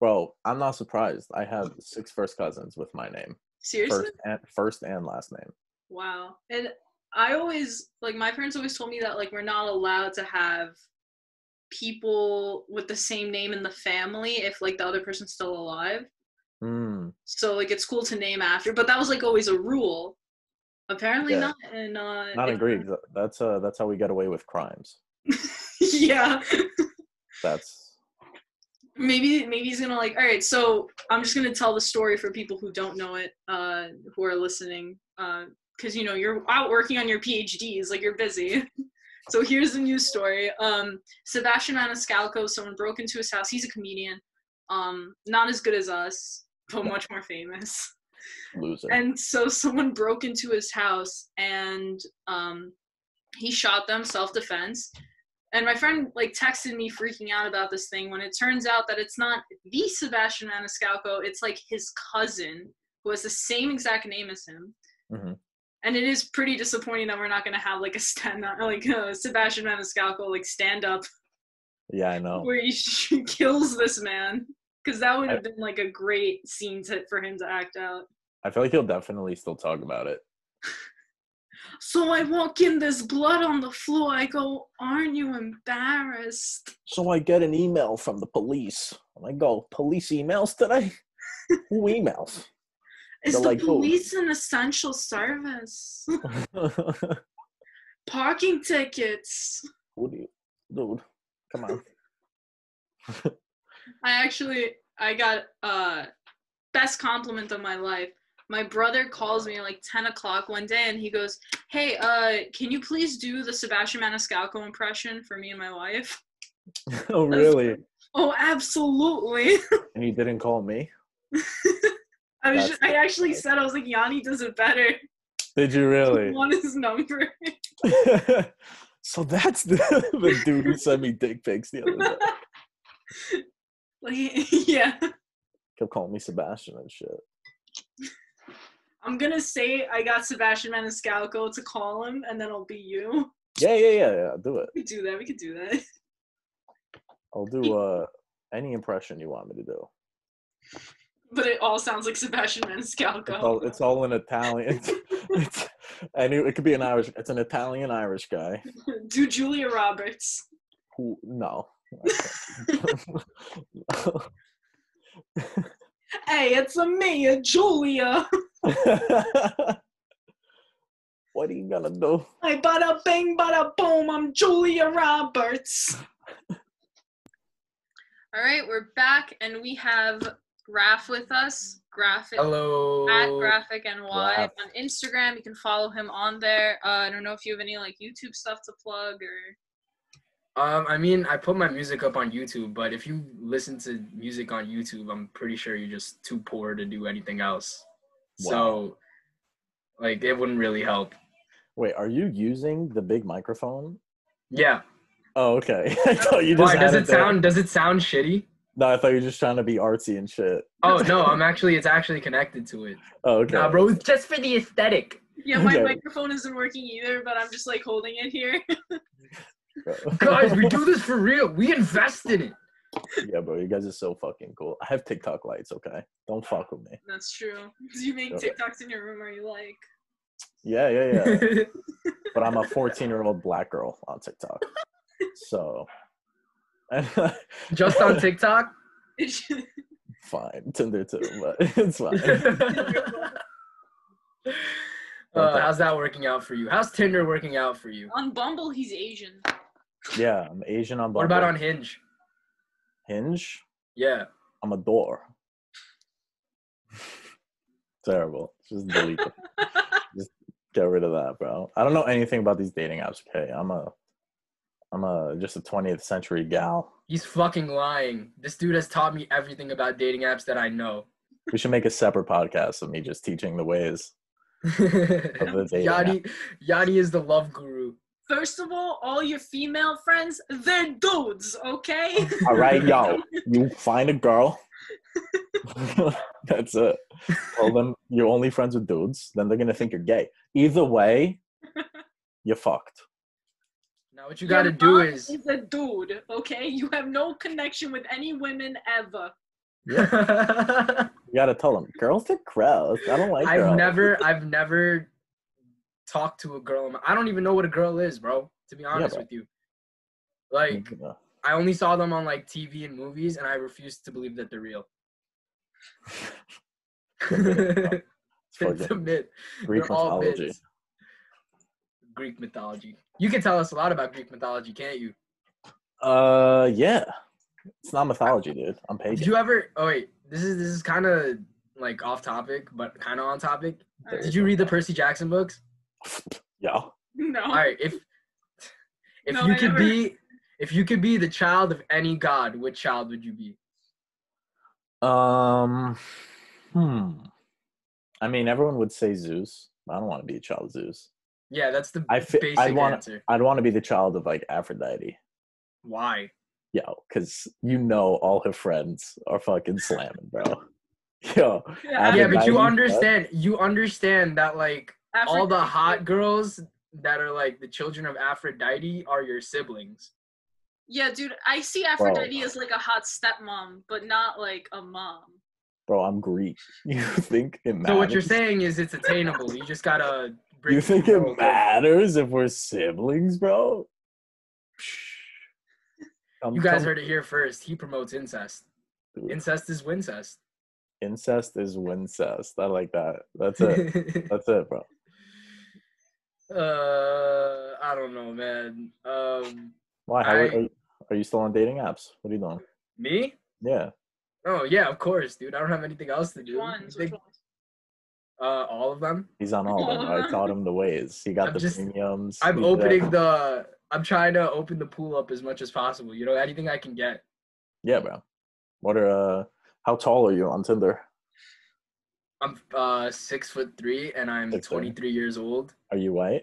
Speaker 1: Bro, I'm not surprised. I have six first cousins with my name,
Speaker 2: Seriously.
Speaker 1: first and first and last name.
Speaker 2: Wow. And I always like my parents always told me that like we're not allowed to have people with the same name in the family if like the other person's still alive.
Speaker 1: Mm,
Speaker 2: So like it's cool to name after, but that was like always a rule. Apparently
Speaker 1: Yeah.
Speaker 2: not in uh
Speaker 1: not in Greek. th- That's uh, that's how we get away with crimes.
Speaker 2: [LAUGHS] yeah.
Speaker 1: That's
Speaker 2: Maybe maybe he's gonna like all right, so I'm just gonna tell the story for people who don't know it, uh who are listening. Uh because you know you're out working on your PhDs, like you're busy. [LAUGHS] So here's the news story. Um, Sebastian Maniscalco, someone broke into his house. He's a comedian, um, not as good as us, but much more famous.
Speaker 1: loser.
Speaker 2: And so someone broke into his house and um, he shot them self defense. And my friend like texted me freaking out about this thing when it turns out that it's not the Sebastian Maniscalco, it's like his cousin who has the same exact name as him.
Speaker 1: Mhm.
Speaker 2: And it is pretty disappointing that we're not gonna have like a stand [LAUGHS] up, like uh, Sebastian Maniscalco like stand up
Speaker 1: yeah, I know.
Speaker 2: where he [LAUGHS] sh- kills this man because that would
Speaker 1: Oh. I-
Speaker 2: have been like a great scene to, for him to act out.
Speaker 1: I feel like he'll definitely still talk about it.
Speaker 2: So I walk in, there's blood on the floor. I go, Aren't you embarrassed?
Speaker 1: So I get an email from the police. And I go, police emails today? Who [LAUGHS] emails?
Speaker 2: Is
Speaker 1: They're
Speaker 2: the
Speaker 1: like, "Oh."
Speaker 2: police an essential service? [LAUGHS] Parking tickets.
Speaker 1: Who do you, dude? Come on.
Speaker 2: I actually I got uh best compliment of my life. My brother calls me at like 10 o'clock one day and he goes, Hey, uh, can you please do the Sebastian Maniscalco impression for me and my wife? [LAUGHS]
Speaker 1: oh, really?
Speaker 2: Oh, absolutely. [LAUGHS]
Speaker 1: And you didn't call me?
Speaker 2: I was
Speaker 1: That's
Speaker 2: just, I actually said I was like Yanni does it better. [LAUGHS]
Speaker 1: Did you really? [LAUGHS]
Speaker 2: Want his number. [LAUGHS]
Speaker 1: so that's the, [LAUGHS] the dude who sent me dick pics the other day.
Speaker 2: Like, [LAUGHS] yeah.
Speaker 1: [LAUGHS] Kept calling me Sebastian and shit.
Speaker 2: I'm gonna say I got Sebastian Maniscalco to call him, and then I'll be you.
Speaker 1: Yeah, yeah, yeah, yeah. Do it.
Speaker 2: We could do that. We could do that.
Speaker 1: I'll do uh any impression you want me to do.
Speaker 2: but it all sounds like Sebastian Maniscalco.
Speaker 1: It's all, it's all in Italian. [LAUGHS] It's, it's, and it, it could be an Irish. It's an Italian Irish guy.
Speaker 2: [LAUGHS] Do Julia Roberts.
Speaker 1: Who? No. I can't.
Speaker 2: Hey, it's a me, Julia.
Speaker 1: [LAUGHS] what are you gonna do?
Speaker 2: I bada bing, bada boom. I'm Julia Roberts. [LAUGHS] all right, we're back, and we have Graph with us. Graphic
Speaker 3: Hello.
Speaker 2: at graphic and wide
Speaker 1: Graph.
Speaker 2: on instagram you can follow him on there uh, i don't know if you have any like youtube stuff to plug or
Speaker 3: Um, I mean, I put my music up on YouTube, but if you listen to music on YouTube, I'm pretty sure you're just too poor to do anything else. So, like, it wouldn't really help.
Speaker 1: Wait, are you using the big microphone?
Speaker 3: Yeah.
Speaker 1: Oh, okay. [LAUGHS] I thought you just.
Speaker 3: Why does
Speaker 1: had
Speaker 3: it
Speaker 1: there.
Speaker 3: sound? Does it sound shitty?
Speaker 1: No, I thought you were just trying to be artsy and shit.
Speaker 3: Oh no, I'm actually. It's actually connected to
Speaker 1: [LAUGHS]
Speaker 3: it.
Speaker 1: Oh, okay.
Speaker 3: Nah, bro, it's just for the aesthetic.
Speaker 2: yeah my
Speaker 1: Yeah.
Speaker 2: microphone isn't working either but i'm just like holding it here [LAUGHS]
Speaker 1: [LAUGHS]
Speaker 3: [LAUGHS] Guys, we do this for real. We invest in it.
Speaker 1: yeah, bro, you guys are so fucking cool. I have TikTok lights. Okay, don't fuck with me.
Speaker 2: that's true do you make
Speaker 1: Okay.
Speaker 2: tiktoks in your room or you like [LAUGHS]
Speaker 1: Yeah, yeah,
Speaker 3: [LAUGHS]
Speaker 1: yeah. but I'm a 14 year old black girl on TikTok. So, [LAUGHS]
Speaker 3: just on TikTok.
Speaker 1: fine. Tinder too, but [LAUGHS] it's fine.
Speaker 3: [LAUGHS] uh, how's that working out for you? How's Tinder working out for you?
Speaker 2: on bumble he's asian
Speaker 1: Yeah, I'm Asian on Bumble.
Speaker 3: What about on Hinge?
Speaker 1: Hinge?
Speaker 3: Yeah.
Speaker 1: I'm a door. [LAUGHS] Terrible. Just delete
Speaker 3: [LAUGHS]
Speaker 1: it. Just get rid of that, bro. I don't know anything about these dating apps. Okay, I'm a, I'm a just a 20th century gal.
Speaker 3: He's fucking lying. This dude has taught me everything about dating apps that I know.
Speaker 1: We should make a separate podcast of me just teaching the ways
Speaker 3: [LAUGHS]
Speaker 1: of the dating. app.
Speaker 3: Yadi, Yadi is the love guru.
Speaker 2: first of all all your female friends they're dudes okay
Speaker 1: All right,
Speaker 3: [LAUGHS]
Speaker 1: yo, you find a girl. That's it. Tell them you're only friends with dudes. Then they're gonna think you're gay. Either way, you're fucked.
Speaker 2: [LAUGHS]
Speaker 3: Now what you gotta
Speaker 2: Your
Speaker 3: do
Speaker 2: mom
Speaker 3: is
Speaker 2: is a dude okay you have no connection with any women ever
Speaker 3: [LAUGHS] I've
Speaker 1: You gotta tell them girls are gross. I don't like girls.
Speaker 3: never I've never talked to a girl. in my- I don't even know what a girl is, bro, to be honest
Speaker 1: bro. Mm-hmm.
Speaker 3: with you. Like I only saw them on like TV and movies, and I refuse to believe that
Speaker 1: [LAUGHS]
Speaker 3: they're real. [LAUGHS] it's
Speaker 1: Forget
Speaker 3: a myth.
Speaker 1: Greek
Speaker 3: they're all
Speaker 1: mythology.
Speaker 3: myths. Greek mythology. You can tell us a lot about Greek mythology, can't you?
Speaker 1: Uh, yeah, it's not mythology, dude. I'm
Speaker 3: Did [LAUGHS]
Speaker 1: pagan.
Speaker 3: you ever? Oh wait, this is this is kind of like off topic, but kind of on topic.
Speaker 2: All right.
Speaker 3: Did you read the Percy Jackson books?
Speaker 1: Yo,
Speaker 2: [LAUGHS] no
Speaker 3: All right, if if
Speaker 2: No,
Speaker 3: you
Speaker 2: I
Speaker 3: could
Speaker 2: never-
Speaker 3: be if you could be the child of any god, which child would you be?
Speaker 1: um, hmm. I mean, everyone would say Zeus. I don't want to be a child of Zeus.
Speaker 3: Yeah, that's the
Speaker 1: I fi-
Speaker 3: basic
Speaker 1: I wanna-
Speaker 3: answer.
Speaker 1: I'd want to be the child of like Aphrodite.
Speaker 3: Why?
Speaker 1: Yo, because you know all her friends are fucking slamming, bro. [LAUGHS] Yo,
Speaker 2: Yeah,
Speaker 3: Yeah, but
Speaker 1: Aphrodite,
Speaker 3: you
Speaker 1: bro.
Speaker 3: understand. You understand that like
Speaker 2: Afri-
Speaker 3: all the hot girls that are like the children of Aphrodite are your siblings.
Speaker 2: Yeah, dude, I see Aphrodite as like a hot stepmom, but not like a mom.
Speaker 1: bro, I'm Greek. [LAUGHS] You think it matters?
Speaker 3: So what you're saying is it's attainable. You
Speaker 1: [LAUGHS]
Speaker 3: just gotta. break
Speaker 1: You think
Speaker 3: through
Speaker 1: it
Speaker 3: the mold.
Speaker 1: matters if we're siblings,
Speaker 3: [SIGHS]
Speaker 1: bro? Come-
Speaker 3: You guys
Speaker 1: come-
Speaker 3: heard it here first. He promotes incest.
Speaker 1: Dude.
Speaker 3: Incest is wincest.
Speaker 1: incest is wincest. I like that. That's
Speaker 3: [LAUGHS]
Speaker 1: it.
Speaker 3: uh,
Speaker 1: That's it, bro.
Speaker 3: Uh, I don't know, man. Um,
Speaker 1: Why? How, are,
Speaker 3: I-
Speaker 1: you- are you still on dating apps? What are you doing?
Speaker 3: me?
Speaker 1: Yeah.
Speaker 3: Oh yeah, of course, dude. I don't have anything else to
Speaker 2: Which
Speaker 3: do.
Speaker 2: ones?
Speaker 3: You
Speaker 2: Which
Speaker 3: think-
Speaker 2: ones? [LAUGHS]
Speaker 3: uh, all of them.
Speaker 1: He's on all of them. I taught him the
Speaker 3: [LAUGHS]
Speaker 1: ways. He got
Speaker 3: I'm
Speaker 1: the
Speaker 3: just-
Speaker 1: premiums.
Speaker 3: I'm
Speaker 1: he got-
Speaker 3: opening the. I'm trying to open the pool up as much as possible. You know, anything I can get.
Speaker 1: Yeah, bro. What are uh how tall are you on Tinder?
Speaker 3: I'm uh six foot three and I'm
Speaker 1: Six foot.
Speaker 3: 23 years old.
Speaker 1: Are you white?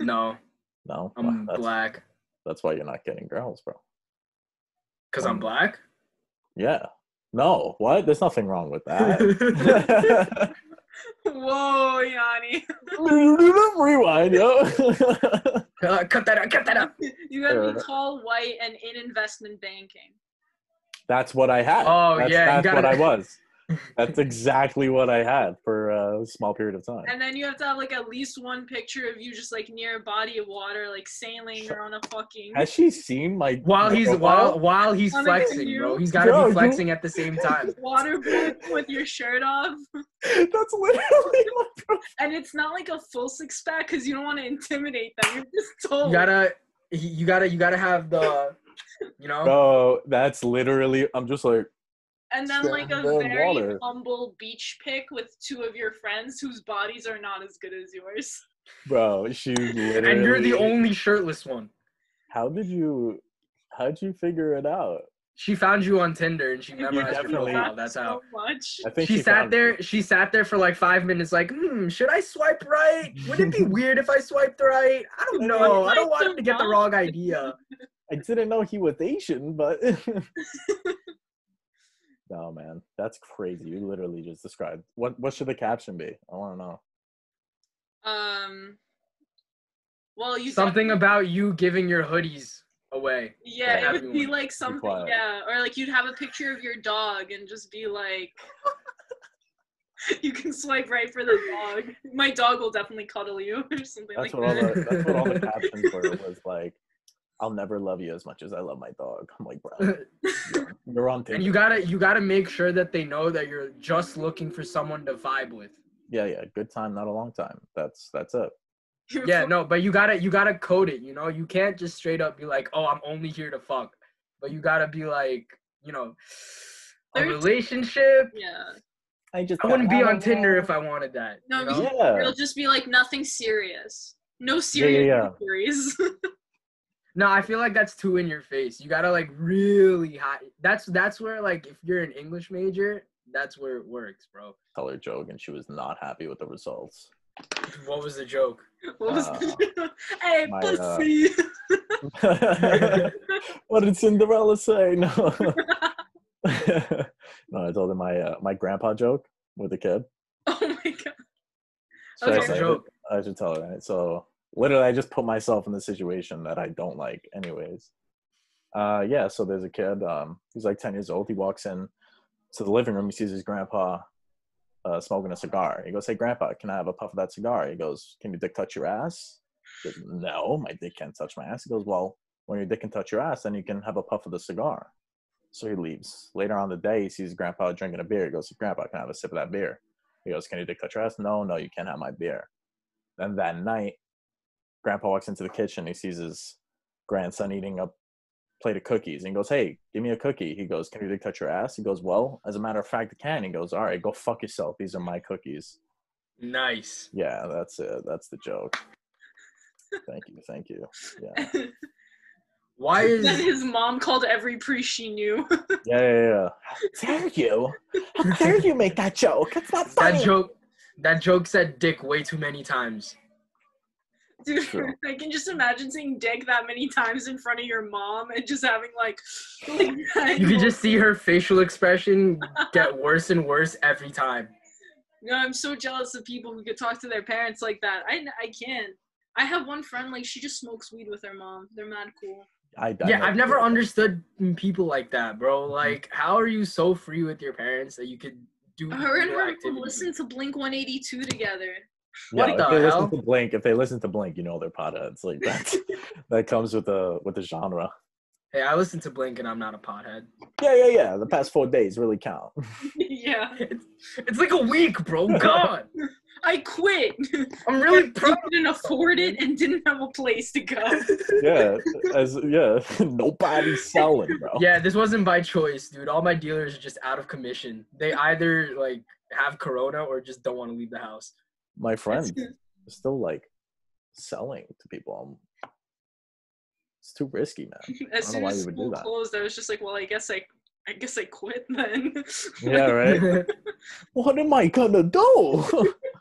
Speaker 3: No,
Speaker 1: No.
Speaker 3: I'm
Speaker 1: Wow, that's,
Speaker 3: black.
Speaker 1: that's why you're not getting girls, bro.
Speaker 3: Cause I'm
Speaker 1: Um,
Speaker 3: black.
Speaker 1: Yeah. No. What? There's nothing wrong with that.
Speaker 3: [LAUGHS]
Speaker 1: [LAUGHS]
Speaker 3: I
Speaker 2: Whoa, Yanni.
Speaker 1: Rewind, yo. [LAUGHS]
Speaker 3: Uh, cut that out! Cut that [LAUGHS] out!
Speaker 2: You gotta be
Speaker 1: Uh,
Speaker 2: tall, white, and in investment banking.
Speaker 1: that's what I had.
Speaker 3: Oh,
Speaker 1: that's,
Speaker 3: yeah, you
Speaker 1: That's what
Speaker 3: [LAUGHS] gotta-
Speaker 1: I was. That's exactly what I had for a small period of time.
Speaker 2: And then you have to have like at least one picture of you just like near a body of water, like sailing or on a fucking.
Speaker 1: Has she seen my
Speaker 3: While
Speaker 1: my
Speaker 3: he's
Speaker 1: profile?
Speaker 3: while while he's
Speaker 2: Wanna
Speaker 3: flexing,
Speaker 2: do
Speaker 3: bro.
Speaker 2: you?
Speaker 3: He's gotta
Speaker 1: Bro,
Speaker 3: be
Speaker 1: you-
Speaker 3: flexing at the same time.
Speaker 2: Water balloon [LAUGHS] with your shirt off,
Speaker 1: [LAUGHS] That's literally my profile.
Speaker 2: and it's not like a full six pack because you don't want to intimidate them. You're just told.
Speaker 3: You gotta you gotta you gotta have the you know
Speaker 1: Bro, that's literally. I'm just like,
Speaker 2: and then like a
Speaker 1: stand there in
Speaker 2: very
Speaker 1: water.
Speaker 2: humble beach pic with two of your friends whose bodies are not as good as yours.
Speaker 1: bro. She literally.
Speaker 3: and you're the only shirtless one.
Speaker 1: How did you? How'd you figure it out?
Speaker 3: She found you on Tinder and she
Speaker 2: You
Speaker 3: memorized your
Speaker 1: definitely-
Speaker 3: profile. That's how.
Speaker 2: So much.
Speaker 1: I think
Speaker 3: she, sat
Speaker 1: found me.
Speaker 3: there. She sat there for like five minutes, like, hmm, should I swipe right?
Speaker 1: [LAUGHS]
Speaker 3: Would it be weird if I swiped right? I don't know. I don't want him to get the wrong idea.
Speaker 1: I didn't know he was Asian, but. [LAUGHS] no, man, that's crazy. You literally just described. What What should the caption be? I want to know.
Speaker 2: Um. Well, you
Speaker 3: Something about you giving your hoodies away.
Speaker 2: Yeah,
Speaker 3: Yeah,
Speaker 2: it would be
Speaker 3: everyone.
Speaker 2: like something.
Speaker 1: quiet.
Speaker 2: Yeah, or like you'd have a picture of your dog and just be like, [LAUGHS] you can swipe right for the dog. My dog will definitely cuddle you or something
Speaker 1: That's
Speaker 2: like
Speaker 1: what all
Speaker 2: [LAUGHS] that.
Speaker 1: the
Speaker 3: [LAUGHS]
Speaker 1: That's what all the captions were. Was like, I'll never love you as much as I love my dog. I'm like, bro,
Speaker 3: [LAUGHS]
Speaker 1: you're on Tinder.
Speaker 3: And you gotta you gotta make sure that they know that you're just looking for someone to vibe with.
Speaker 1: yeah, yeah. Good time, not a long time. That's that's it.
Speaker 2: You're
Speaker 3: Yeah,
Speaker 2: full-
Speaker 3: no, but you gotta you gotta code it. You know, you can't just straight up be like, oh, I'm only here to fuck. But you gotta be like, you know, a
Speaker 2: There's-
Speaker 3: relationship.
Speaker 2: [LAUGHS] Yeah.
Speaker 1: I just.
Speaker 3: I
Speaker 1: got
Speaker 3: wouldn't be
Speaker 1: out
Speaker 3: on
Speaker 1: of
Speaker 3: Tinder
Speaker 1: there.
Speaker 3: if I wanted that.
Speaker 2: No,
Speaker 3: you
Speaker 2: me
Speaker 3: know?
Speaker 2: too.
Speaker 1: Yeah.
Speaker 2: It'll just be like nothing serious. No serious
Speaker 1: yeah.
Speaker 2: inquiries. [LAUGHS]
Speaker 3: No, I feel like that's too in your face. You gotta like really high. That's that's where like if you're an English major, that's where it works, bro.
Speaker 1: Tell her joke, and she was not happy with the results.
Speaker 3: What was the joke?
Speaker 2: What was
Speaker 1: Uh,
Speaker 2: hey,
Speaker 1: my, uh,
Speaker 2: pussy. [LAUGHS]
Speaker 1: [LAUGHS] what did Cinderella say? No. [LAUGHS] no, I told him my uh, my grandpa joke with the kid.
Speaker 2: oh my god.
Speaker 1: Should I
Speaker 2: Okay.
Speaker 3: What's the
Speaker 1: say it?
Speaker 3: joke?
Speaker 1: I should tell her. Right? So literally, I just put myself in the situation that I don't like, anyways. Uh, yeah. So there's a kid. Um, he's like 10 years old. He walks in to the living room. He sees his grandpa uh, smoking a cigar. He goes, "Hey, grandpa, can I have a puff of that cigar?" He goes, "Can your dick touch your ass?" He goes, no, my dick can't touch my ass. He goes, "Well, when your dick can touch your ass, then you can have a puff of the cigar." So he leaves. Later on in the day, he sees grandpa drinking a beer. He goes, "Grandpa, can I have a sip of that beer?" He goes, "Can your dick touch your ass?" No, no, you can't have my beer. Then that night, Grandpa walks into the kitchen. He sees his grandson eating a plate of cookies and he goes, Hey, give me a cookie. He goes, Can you touch your ass? He goes, Well, as a matter of fact, I can. He goes, All right, go fuck yourself. These are my cookies.
Speaker 3: Nice.
Speaker 1: Yeah, that's it. That's the joke. Thank you. Thank you.
Speaker 3: [LAUGHS]
Speaker 1: Yeah.
Speaker 3: Why
Speaker 2: then
Speaker 3: is
Speaker 2: his mom called every pre she knew. [LAUGHS]
Speaker 1: Yeah, yeah, yeah. How dare you? How dare you make that joke? It's not
Speaker 3: [LAUGHS] that
Speaker 1: funny.
Speaker 3: joke? That joke said dick way too many times.
Speaker 2: Dude,
Speaker 1: Sure.
Speaker 2: [LAUGHS] I can just imagine seeing dick that many times in front of your mom and just having like, [LAUGHS] like that.
Speaker 3: You could just see her facial [LAUGHS] expression get worse and worse every time.
Speaker 2: No, I'm so jealous of people who could talk to their parents like that. I I can't. I have one friend like she just smokes weed with her mom. They're mad cool.
Speaker 1: I, I
Speaker 3: Yeah, I've never
Speaker 1: did it.
Speaker 3: understood people like that, bro. Like, how are you so free with your parents that you could do
Speaker 2: Her and
Speaker 3: illegal
Speaker 2: her
Speaker 3: activities?
Speaker 2: listen to Blink 182
Speaker 3: [LAUGHS]
Speaker 2: together.
Speaker 1: Yeah,
Speaker 3: What
Speaker 1: if
Speaker 3: the
Speaker 1: they
Speaker 3: hell?
Speaker 1: listen to Blink, if they listen to Blink, you know they're potheads. Like
Speaker 3: [LAUGHS]
Speaker 1: that, that comes with the with the genre.
Speaker 3: Hey, I listen to Blink and I'm not a pothead.
Speaker 1: Yeah, yeah, yeah. The past four days really count. [LAUGHS]
Speaker 2: yeah,
Speaker 3: It's, it's like a week, bro. God,
Speaker 2: I
Speaker 3: [LAUGHS]
Speaker 2: quit.
Speaker 3: I'm really
Speaker 2: [LAUGHS]
Speaker 3: proud.
Speaker 2: couldn't afford it and didn't have a place to
Speaker 3: [LAUGHS]
Speaker 2: go.
Speaker 1: yeah, as yeah, [LAUGHS] nobody's selling, bro.
Speaker 3: Yeah, this wasn't by choice, dude. All my dealers are just out of commission. They either like have corona or just don't want to leave the house.
Speaker 1: My friend
Speaker 2: [LAUGHS]
Speaker 1: is still like selling to people. I'm- it's too risky, man.
Speaker 2: as
Speaker 1: I don't know
Speaker 2: soon
Speaker 1: why
Speaker 2: as
Speaker 1: you would do
Speaker 2: school
Speaker 1: that.
Speaker 2: closed, I was just like, well, I guess I, I guess I quit then. [LAUGHS]
Speaker 1: Yeah, right. [LAUGHS]
Speaker 3: [LAUGHS]
Speaker 1: what am I gonna do? [LAUGHS]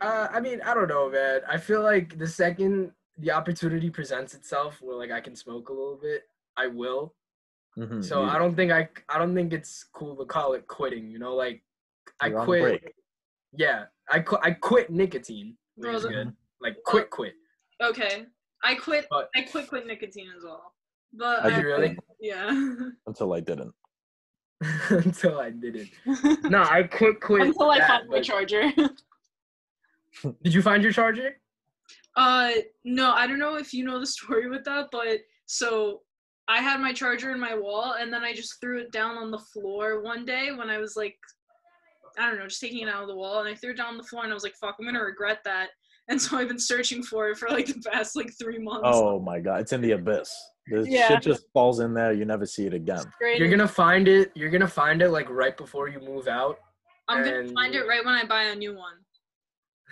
Speaker 3: Uh, I mean, I don't know, man. I feel like the second the opportunity presents itself, where like I can smoke a little bit, I will.
Speaker 1: Mhm,
Speaker 3: So
Speaker 1: you-
Speaker 3: I don't think I, I don't think it's cool to call it quitting. You know, like I
Speaker 1: you're on
Speaker 3: quit.
Speaker 1: break.
Speaker 3: Yeah, I qu- I quit nicotine. which
Speaker 2: Bro,
Speaker 3: is
Speaker 2: the-
Speaker 1: Mm-hmm.
Speaker 3: good. Like quit, quit. [LAUGHS]
Speaker 2: okay, I quit.
Speaker 3: But-
Speaker 2: I quit quit nicotine as well. But
Speaker 1: I
Speaker 2: I,
Speaker 3: did really?
Speaker 1: did
Speaker 2: yeah, [LAUGHS]
Speaker 3: [LAUGHS]
Speaker 1: until I didn't.
Speaker 3: until
Speaker 2: [LAUGHS]
Speaker 3: I did it. No, I quit quit.
Speaker 2: Until I
Speaker 3: that,
Speaker 2: find my
Speaker 3: but-
Speaker 2: charger.
Speaker 3: Did you find your charger?
Speaker 2: Uh, no, I don't know if you know the [LAUGHS] story with that, but so I had my charger in my wall and then I just threw it down on the floor one day when I was like, I don't know, just taking it out of the wall and I threw it down on the floor and I was like, fuck, I'm gonna regret that. [LAUGHS] And so I've been searching for it for like the past like three months.
Speaker 1: Oh my god, it's in the abyss. The
Speaker 2: Yeah.
Speaker 1: shit just falls in there. You never see it again.
Speaker 2: Great.
Speaker 3: You're gonna find it. You're gonna find it like right before you move out.
Speaker 2: I'm gonna
Speaker 3: and-
Speaker 2: find it right when I buy a new one.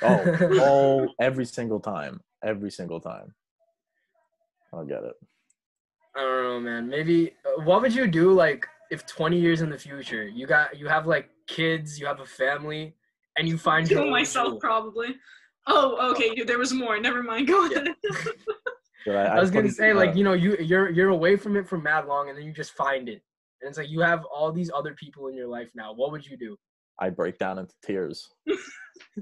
Speaker 1: Oh,
Speaker 3: [LAUGHS]
Speaker 1: all every single time, every single time. I'll get it.
Speaker 3: I don't know, man. Maybe uh, what would you do like if 20 years in the future you got you have like kids, you have a family, and you find your
Speaker 2: Kill
Speaker 3: old jewel?
Speaker 2: myself probably. Oh, okay, dude, there was more. Never mind. Go
Speaker 3: Yeah.
Speaker 2: ahead.
Speaker 1: But
Speaker 3: I was
Speaker 1: put
Speaker 3: gonna
Speaker 1: it,
Speaker 3: say
Speaker 1: uh,
Speaker 3: like you know you you're you're away from it for mad long, and then you just find it, and it's like you have all these other people in your life now. What would you do? [LAUGHS]
Speaker 1: I'd break down into tears.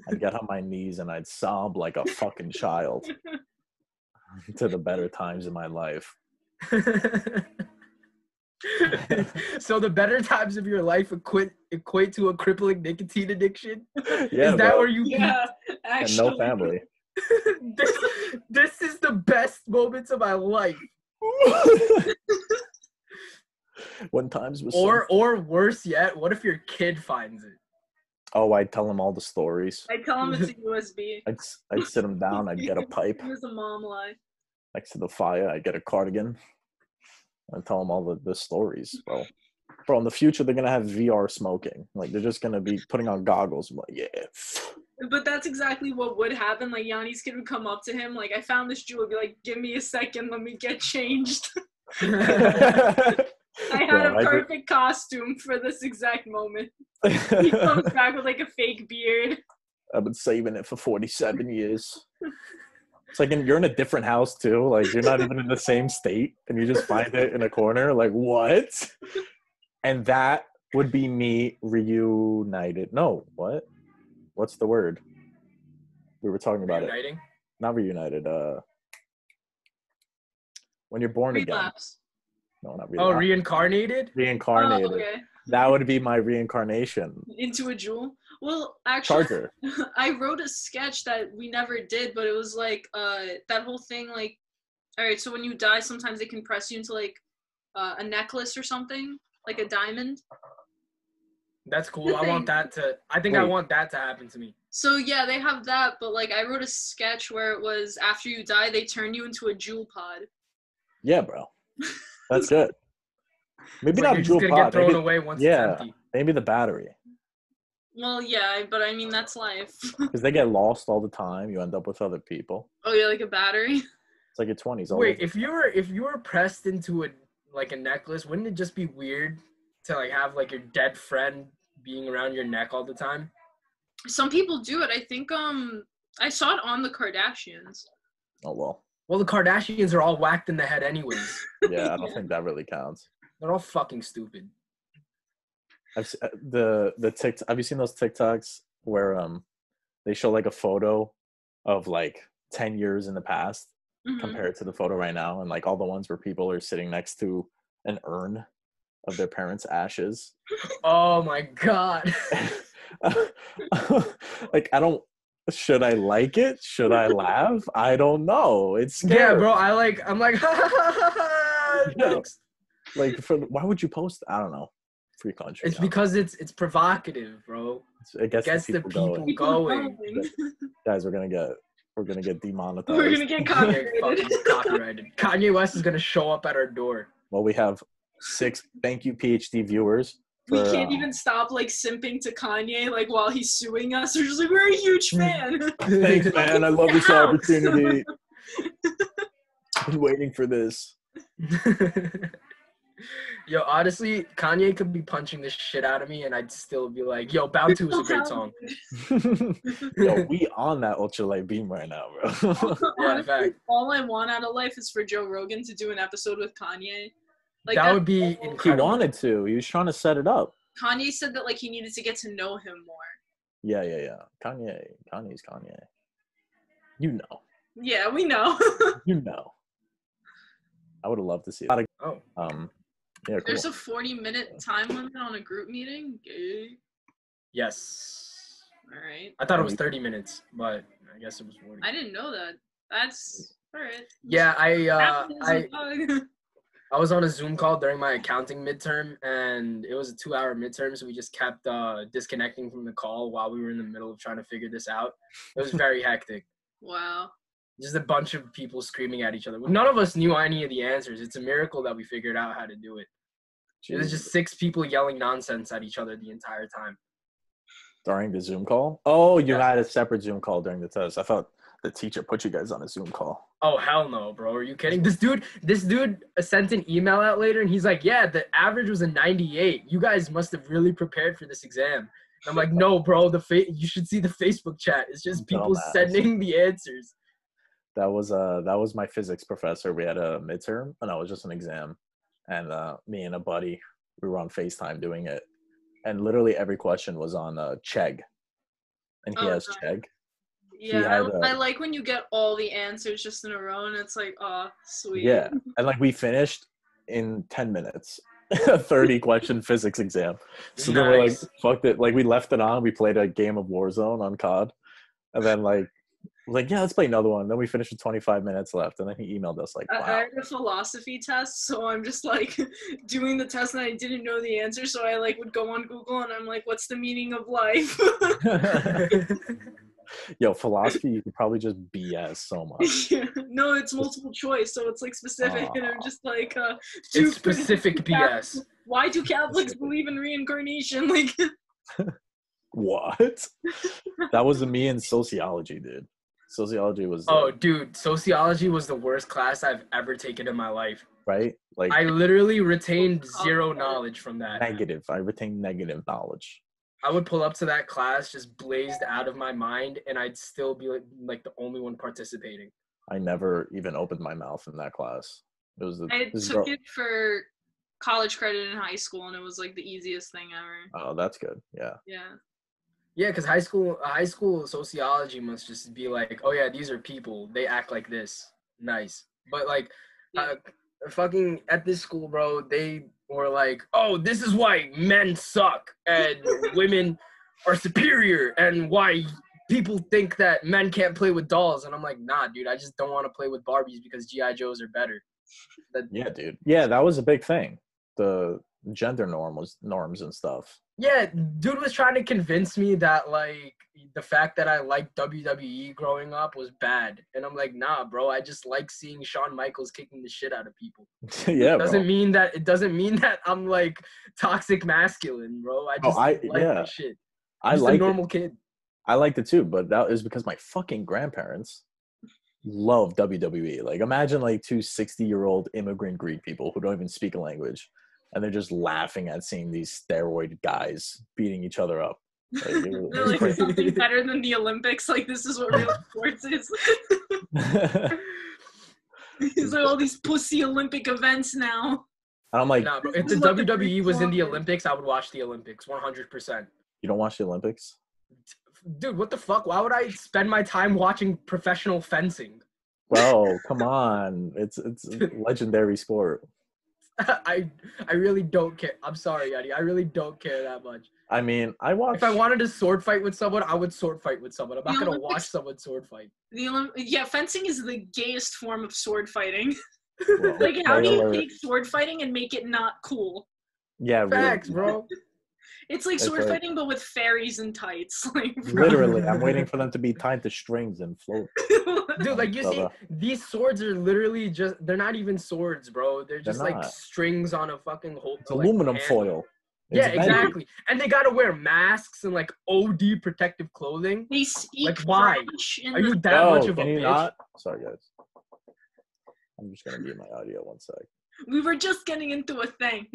Speaker 1: I'd get on my knees and I'd sob like a fucking
Speaker 3: [LAUGHS]
Speaker 1: child to the better times in my life.
Speaker 3: so the better times of your life equate equate to a crippling nicotine addiction.
Speaker 1: Yeah,
Speaker 3: Is that
Speaker 1: bro.
Speaker 3: where you?
Speaker 2: [LAUGHS] Yeah,
Speaker 1: and
Speaker 2: actually.
Speaker 1: no family.
Speaker 3: [LAUGHS] this, this is the best moments of my life.
Speaker 1: when times was
Speaker 3: Or or worse yet, what if your kid finds it?
Speaker 1: [LAUGHS]
Speaker 3: [LAUGHS]
Speaker 1: oh, I'd tell him all the stories.
Speaker 2: I tell him it's a USB.
Speaker 1: I'd s- I'd sit him down. I'd get a pipe
Speaker 2: It was a mom lie.
Speaker 1: next to the fire. I'd get a cardigan. I'd tell him all the, the stories, bro. Bro, in the future they're gonna have VR smoking. Like they're just gonna be putting on goggles. I'm like, yeah.
Speaker 2: But that's exactly what would happen. Like Yanni's kid would come up to him, like, I found this jewel, He'd be like, Give me a second, let me get changed. [LAUGHS] I had
Speaker 1: Yeah,
Speaker 2: a
Speaker 1: I did-
Speaker 2: perfect costume for this
Speaker 1: [LAUGHS]
Speaker 2: exact moment. He comes back with like a fake beard.
Speaker 1: I've been saving it for 47 years. It's like in, you're in a different house too. Like you're not even in the same state, and you just find it in a corner. Like what? And that would be me reunited. No, what? What's the word? We were talking about it.
Speaker 3: Reuniting?
Speaker 1: Not reunited. Uh, when you're born again.
Speaker 2: Relapse.
Speaker 1: No, not
Speaker 3: Oh,
Speaker 1: relapse.
Speaker 3: reincarnated?
Speaker 2: Oh,
Speaker 1: reincarnated.
Speaker 2: okay.
Speaker 1: That would be my reincarnation
Speaker 2: Into a jewel. Well, actually,
Speaker 1: charger.
Speaker 2: [LAUGHS] I wrote a sketch that we never did, but it was like uh that whole thing like all right, so when you die sometimes they compress you into like uh, a necklace or something, like a diamond.
Speaker 3: That's cool. I want that to. I think I
Speaker 1: Wait.
Speaker 3: want that to happen to me.
Speaker 2: So yeah, they have that, but like I wrote a sketch where it was after you die they turn you into a jewel pod.
Speaker 1: Yeah, bro. That's good. Maybe
Speaker 3: Where
Speaker 1: not
Speaker 3: you're
Speaker 1: jewel
Speaker 3: just gonna
Speaker 1: pod.
Speaker 3: get thrown
Speaker 1: Maybe,
Speaker 3: away once
Speaker 1: yeah.
Speaker 3: it's empty.
Speaker 1: maybe the battery,
Speaker 2: Well, yeah, but I mean that's life. [LAUGHS]
Speaker 1: because they
Speaker 3: [LAUGHS]
Speaker 1: get lost all the time. You end up with other people.
Speaker 2: oh yeah, like a battery.
Speaker 1: It's like your twenties.
Speaker 3: Wait, if you were if you were pressed into a like a necklace, wouldn't it just be weird to like have like your dead friend being around your neck all the time?
Speaker 2: Some people do it. I think um I saw it on the Kardashians.
Speaker 1: oh well,
Speaker 3: Well, the Kardashians are all whacked in the head anyways.
Speaker 1: [LAUGHS] yeah, I don't think that really counts.
Speaker 3: They're all fucking stupid.
Speaker 1: I've s- uh, the the tick. Have you seen those TikToks where um they show like a photo of like ten years in the past
Speaker 2: Mhm.
Speaker 3: Mm-hmm.
Speaker 1: compared to the photo right now, and like all the ones where people are sitting next to an urn of their parents' ashes.
Speaker 3: Oh my god.
Speaker 1: [LAUGHS] like I don't should I like it? Should I laugh? I don't know. It's scary.
Speaker 3: yeah, bro. I like. I'm like. [LAUGHS] Ha, ha, ha, ha, ha.
Speaker 1: Yeah.
Speaker 3: It's-
Speaker 1: Like for why would you post? I don't know. Free country.
Speaker 3: It's
Speaker 1: huh?
Speaker 3: because it's it's provocative, bro.
Speaker 1: It's- it gets,
Speaker 3: gets
Speaker 1: the
Speaker 3: the
Speaker 1: people, going.
Speaker 3: people-
Speaker 2: People
Speaker 3: Going.
Speaker 2: going.
Speaker 1: Guys, we're gonna get we're gonna get demonetized.
Speaker 2: [LAUGHS] We're gonna get
Speaker 3: [LAUGHS] Fucking
Speaker 2: copyrighted.
Speaker 3: copyrighted. Kanye West is gonna show up at our door.
Speaker 1: well, we have six thank you PhD
Speaker 3: [LAUGHS]
Speaker 1: viewers.
Speaker 2: [LAUGHS] we
Speaker 1: for,
Speaker 2: can't
Speaker 1: uh,
Speaker 2: even stop like simping to Kanye like while he's suing us. We're just like we're a
Speaker 3: [LAUGHS]
Speaker 2: huge fan.
Speaker 1: Thanks, man. I love this
Speaker 2: Yeah.
Speaker 1: opportunity. I've been waiting for
Speaker 3: [LAUGHS]
Speaker 1: this.
Speaker 3: yo, honestly, Kanye could be punching the shit out of me, and I'd still be like, "Yo, Bow Two is a great song."
Speaker 1: Yo, we on that ultralight beam right now, bro.
Speaker 3: Yeah, in fact,
Speaker 2: [LAUGHS] All I want out of life is for Joe Rogan to do an episode with Kanye. Like
Speaker 3: that
Speaker 2: that
Speaker 3: would be
Speaker 1: he
Speaker 3: incredible.
Speaker 1: wanted to. He was trying to set it up.
Speaker 2: Kanye said that like he needed to get to know him more.
Speaker 1: Yeah, yeah, yeah. Kanye. Kanye's Kanye. You know.
Speaker 2: Yeah, we know. [LAUGHS]
Speaker 1: You know. I would have loved to see it.
Speaker 3: Oh,
Speaker 1: Um, Yeah, cool.
Speaker 2: There's a 40 minute time limit on a group meeting. Gay.
Speaker 3: Yes.
Speaker 2: All right.
Speaker 3: I thought it was 30 minutes, but I guess it was 40.
Speaker 2: I didn't know that. That's all right.
Speaker 3: Yeah, I uh,
Speaker 2: Apples
Speaker 3: I
Speaker 2: and bug. [LAUGHS]
Speaker 3: I was on a Zoom call during my accounting midterm, and it was a two-hour midterm, so we just kept uh, disconnecting from the call while we were in the middle of trying to figure this out. It was very hectic.
Speaker 2: wow.
Speaker 3: Just a bunch of people screaming at each other. None of us knew any of the answers. It's a miracle that we figured out how to do it. It was
Speaker 1: Jesus.
Speaker 3: just six people yelling nonsense at each other the entire time.
Speaker 1: during the Zoom call. Oh, you
Speaker 3: Yeah.
Speaker 1: had a separate Zoom call during the test. I thought the teacher put you guys on a Zoom call.
Speaker 3: Oh hell no, bro! Are you kidding? This dude, this dude sent an email out later, and he's like, "Yeah, the average was a 98. You guys must have really prepared for this exam." And I'm like, "No, bro. The fa- you should see the Facebook chat. It's just people
Speaker 1: Dumbass.
Speaker 3: sending the answers."
Speaker 1: That was uh that was my physics professor. We had a midterm, and no, it was just an exam, and uh, me and a buddy we were on Facetime doing it, and literally every question was on uh, Chegg, and he
Speaker 2: Oh,
Speaker 1: has
Speaker 2: God.
Speaker 1: Chegg.
Speaker 2: Yeah,
Speaker 1: had a-
Speaker 2: I, I like when you get all the answers just in a row, and it's like, oh, sweet.
Speaker 1: Yeah, and like we finished in ten minutes. [LAUGHS] a 30 question physics exam. So then we're like,
Speaker 3: Nice.
Speaker 1: fucked it. Like we left it on. We played a game of Warzone on COD, and then like, we're like yeah, let's play another one. Then we finished with 25 minutes left, and then he emailed us like,
Speaker 2: I- I
Speaker 1: wow,
Speaker 2: had a philosophy test, so I'm just like [LAUGHS] doing the test, and I didn't know the answer, so I like would go on Google, and I'm like, what's the meaning of life?
Speaker 3: Uh-huh.
Speaker 1: [LAUGHS] yo, philosophy, you could probably just BS so
Speaker 2: [LAUGHS]
Speaker 1: much.
Speaker 2: Yeah. No, it's multiple choice, so it's like specific, and I'm
Speaker 1: Aw.
Speaker 2: just like, uh, do-
Speaker 3: it's specific BS.
Speaker 2: why
Speaker 1: [LAUGHS]
Speaker 2: do Catholics believe in reincarnation? [LAUGHS] Like,
Speaker 1: What? that was me in sociology, dude. Sociology was
Speaker 3: Oh,
Speaker 1: oh.
Speaker 3: dude, sociology was the worst class I've ever taken in my life.
Speaker 1: right, like
Speaker 3: I literally retained zero knowledge from that.
Speaker 1: negative. I retain negative knowledge.
Speaker 3: I would pull up to that class just blazed out of my mind, and I'd still be like, like the only one participating.
Speaker 1: I never even opened my mouth in that class. It was the
Speaker 2: I
Speaker 1: this
Speaker 2: took
Speaker 1: girl-
Speaker 2: it for college credit in high school, and it was like the easiest thing ever.
Speaker 1: Oh, that's good. Yeah. [LAUGHS]
Speaker 2: Yeah.
Speaker 3: Yeah, because high school high school sociology must just be like, oh yeah, these are people. They act like this. Nice. But like, uh, fucking at this school, bro, they were like, oh, this is why men suck and women are superior, and why people think that men can't play with dolls. And I'm like, nah, dude, I just don't want to play with Barbies because GI Joes are better. That-
Speaker 1: Yeah, dude. Yeah, that was a big thing. The gender norms, norms and stuff. [LAUGHS]
Speaker 3: Yeah, dude was trying to convince me that like the fact that I liked WWE growing up was bad, and I'm like, nah, bro. I just like seeing Shawn Michaels kicking the shit out of people.
Speaker 1: yeah,
Speaker 3: doesn't
Speaker 1: bro.
Speaker 3: mean that it doesn't mean [LAUGHS] that I'm like toxic masculine, bro. I
Speaker 1: Oh,
Speaker 3: just
Speaker 1: I-
Speaker 3: like
Speaker 1: yeah.
Speaker 3: the shit.
Speaker 1: I
Speaker 3: Just a
Speaker 1: liked
Speaker 3: normal
Speaker 1: it.
Speaker 3: kid.
Speaker 1: I liked it too, but that is because my fucking grandparents love WWE. Like, imagine like two 60 year old immigrant Greek people who don't even speak a language, and they're just laughing at seeing these steroid guys beating each other up.
Speaker 2: [LAUGHS]
Speaker 1: Like, it was-
Speaker 2: They're like "There's something better than the Olympics. Like this is what
Speaker 1: [LAUGHS]
Speaker 2: real sports is. [LAUGHS] These are all these pussy Olympic events now.
Speaker 1: and I'm like,
Speaker 3: nah, bro. If the
Speaker 2: Just like the
Speaker 3: WWE
Speaker 2: Greek
Speaker 3: was in the
Speaker 2: Warriors.
Speaker 3: Olympics, I would watch the Olympics 100. percent
Speaker 1: you don't watch the Olympics?
Speaker 3: Dude, what the fuck? Why would I spend my time watching professional fencing? [LAUGHS]
Speaker 1: Bro, come on. It's it's a legendary sport.
Speaker 3: I I really don't care. I'm sorry, Yadi. I really don't care that much.
Speaker 1: I mean, I watch.
Speaker 3: If I wanted to sword fight with someone, I would sword fight with someone. I'm
Speaker 2: The
Speaker 3: not gonna
Speaker 2: Olympics-
Speaker 3: watch someone sword fight.
Speaker 2: The Olymp- yeah, fencing is the gayest form of sword fighting. [LAUGHS]
Speaker 3: [LAUGHS]
Speaker 1: Well,
Speaker 2: like, how do you
Speaker 1: spoiler-
Speaker 2: take sword fighting and make it not cool?
Speaker 1: Yeah, really.
Speaker 3: Facts, [LAUGHS] bro.
Speaker 2: It's like
Speaker 1: That's
Speaker 2: sword
Speaker 1: right.
Speaker 2: fighting, but with fairies and tights. [LAUGHS] Like,
Speaker 1: Literally,
Speaker 3: [LAUGHS]
Speaker 1: I'm waiting for them to be tied to strings and float.
Speaker 3: Dude, like you see,
Speaker 1: Brother.
Speaker 3: these swords are literally just—they're not even swords, bro. They're just like
Speaker 1: not.
Speaker 3: strings on a fucking whole.
Speaker 1: It's
Speaker 3: like,
Speaker 1: aluminum
Speaker 3: hand.
Speaker 1: foil. It's
Speaker 3: Yeah,
Speaker 1: metal.
Speaker 3: exactly. And they gotta wear masks and like OD protective clothing.
Speaker 2: [LAUGHS] they speak
Speaker 3: Like, why?
Speaker 2: French in
Speaker 3: Are you
Speaker 2: the-
Speaker 3: that
Speaker 1: Yo,
Speaker 3: much of a
Speaker 1: Oh, can you
Speaker 3: bitch?
Speaker 1: not? Sorry, guys. I'm just gonna mute my audio one sec.
Speaker 2: we were just getting into a thing. [LAUGHS]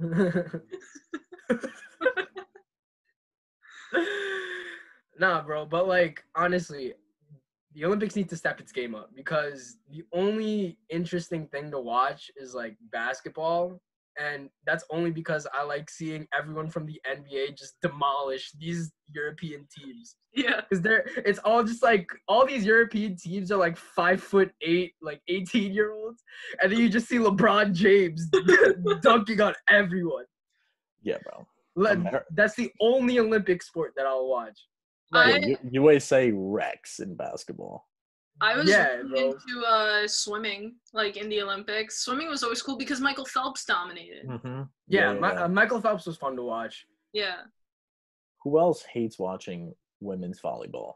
Speaker 3: [LAUGHS] nah, bro, but like honestly, the Olympics need to step its game up because the only interesting thing to watch is like basketball and that's only because I like seeing everyone from the NBA just demolish these European teams.
Speaker 2: Yeah.
Speaker 3: Cause they're it's all just like all these European teams are like five foot eight, like eighteen year olds, and then you just see LeBron James [LAUGHS] dunking on everyone.
Speaker 1: Yeah, bro.
Speaker 3: Let-
Speaker 1: Amer-
Speaker 3: that's the only Olympic sport that I'll watch.
Speaker 1: Yeah,
Speaker 2: I-
Speaker 1: U- USA wrecks in basketball.
Speaker 2: I was
Speaker 3: yeah, bro.
Speaker 2: into uh, swimming, like in the Olympics. Swimming was always cool because Michael Phelps dominated.
Speaker 1: Mm-hmm. Yeah,
Speaker 3: Yeah, Mi-
Speaker 1: yeah.
Speaker 3: uh, Michael Phelps was fun to watch.
Speaker 2: Yeah.
Speaker 1: Who else hates watching women's volleyball?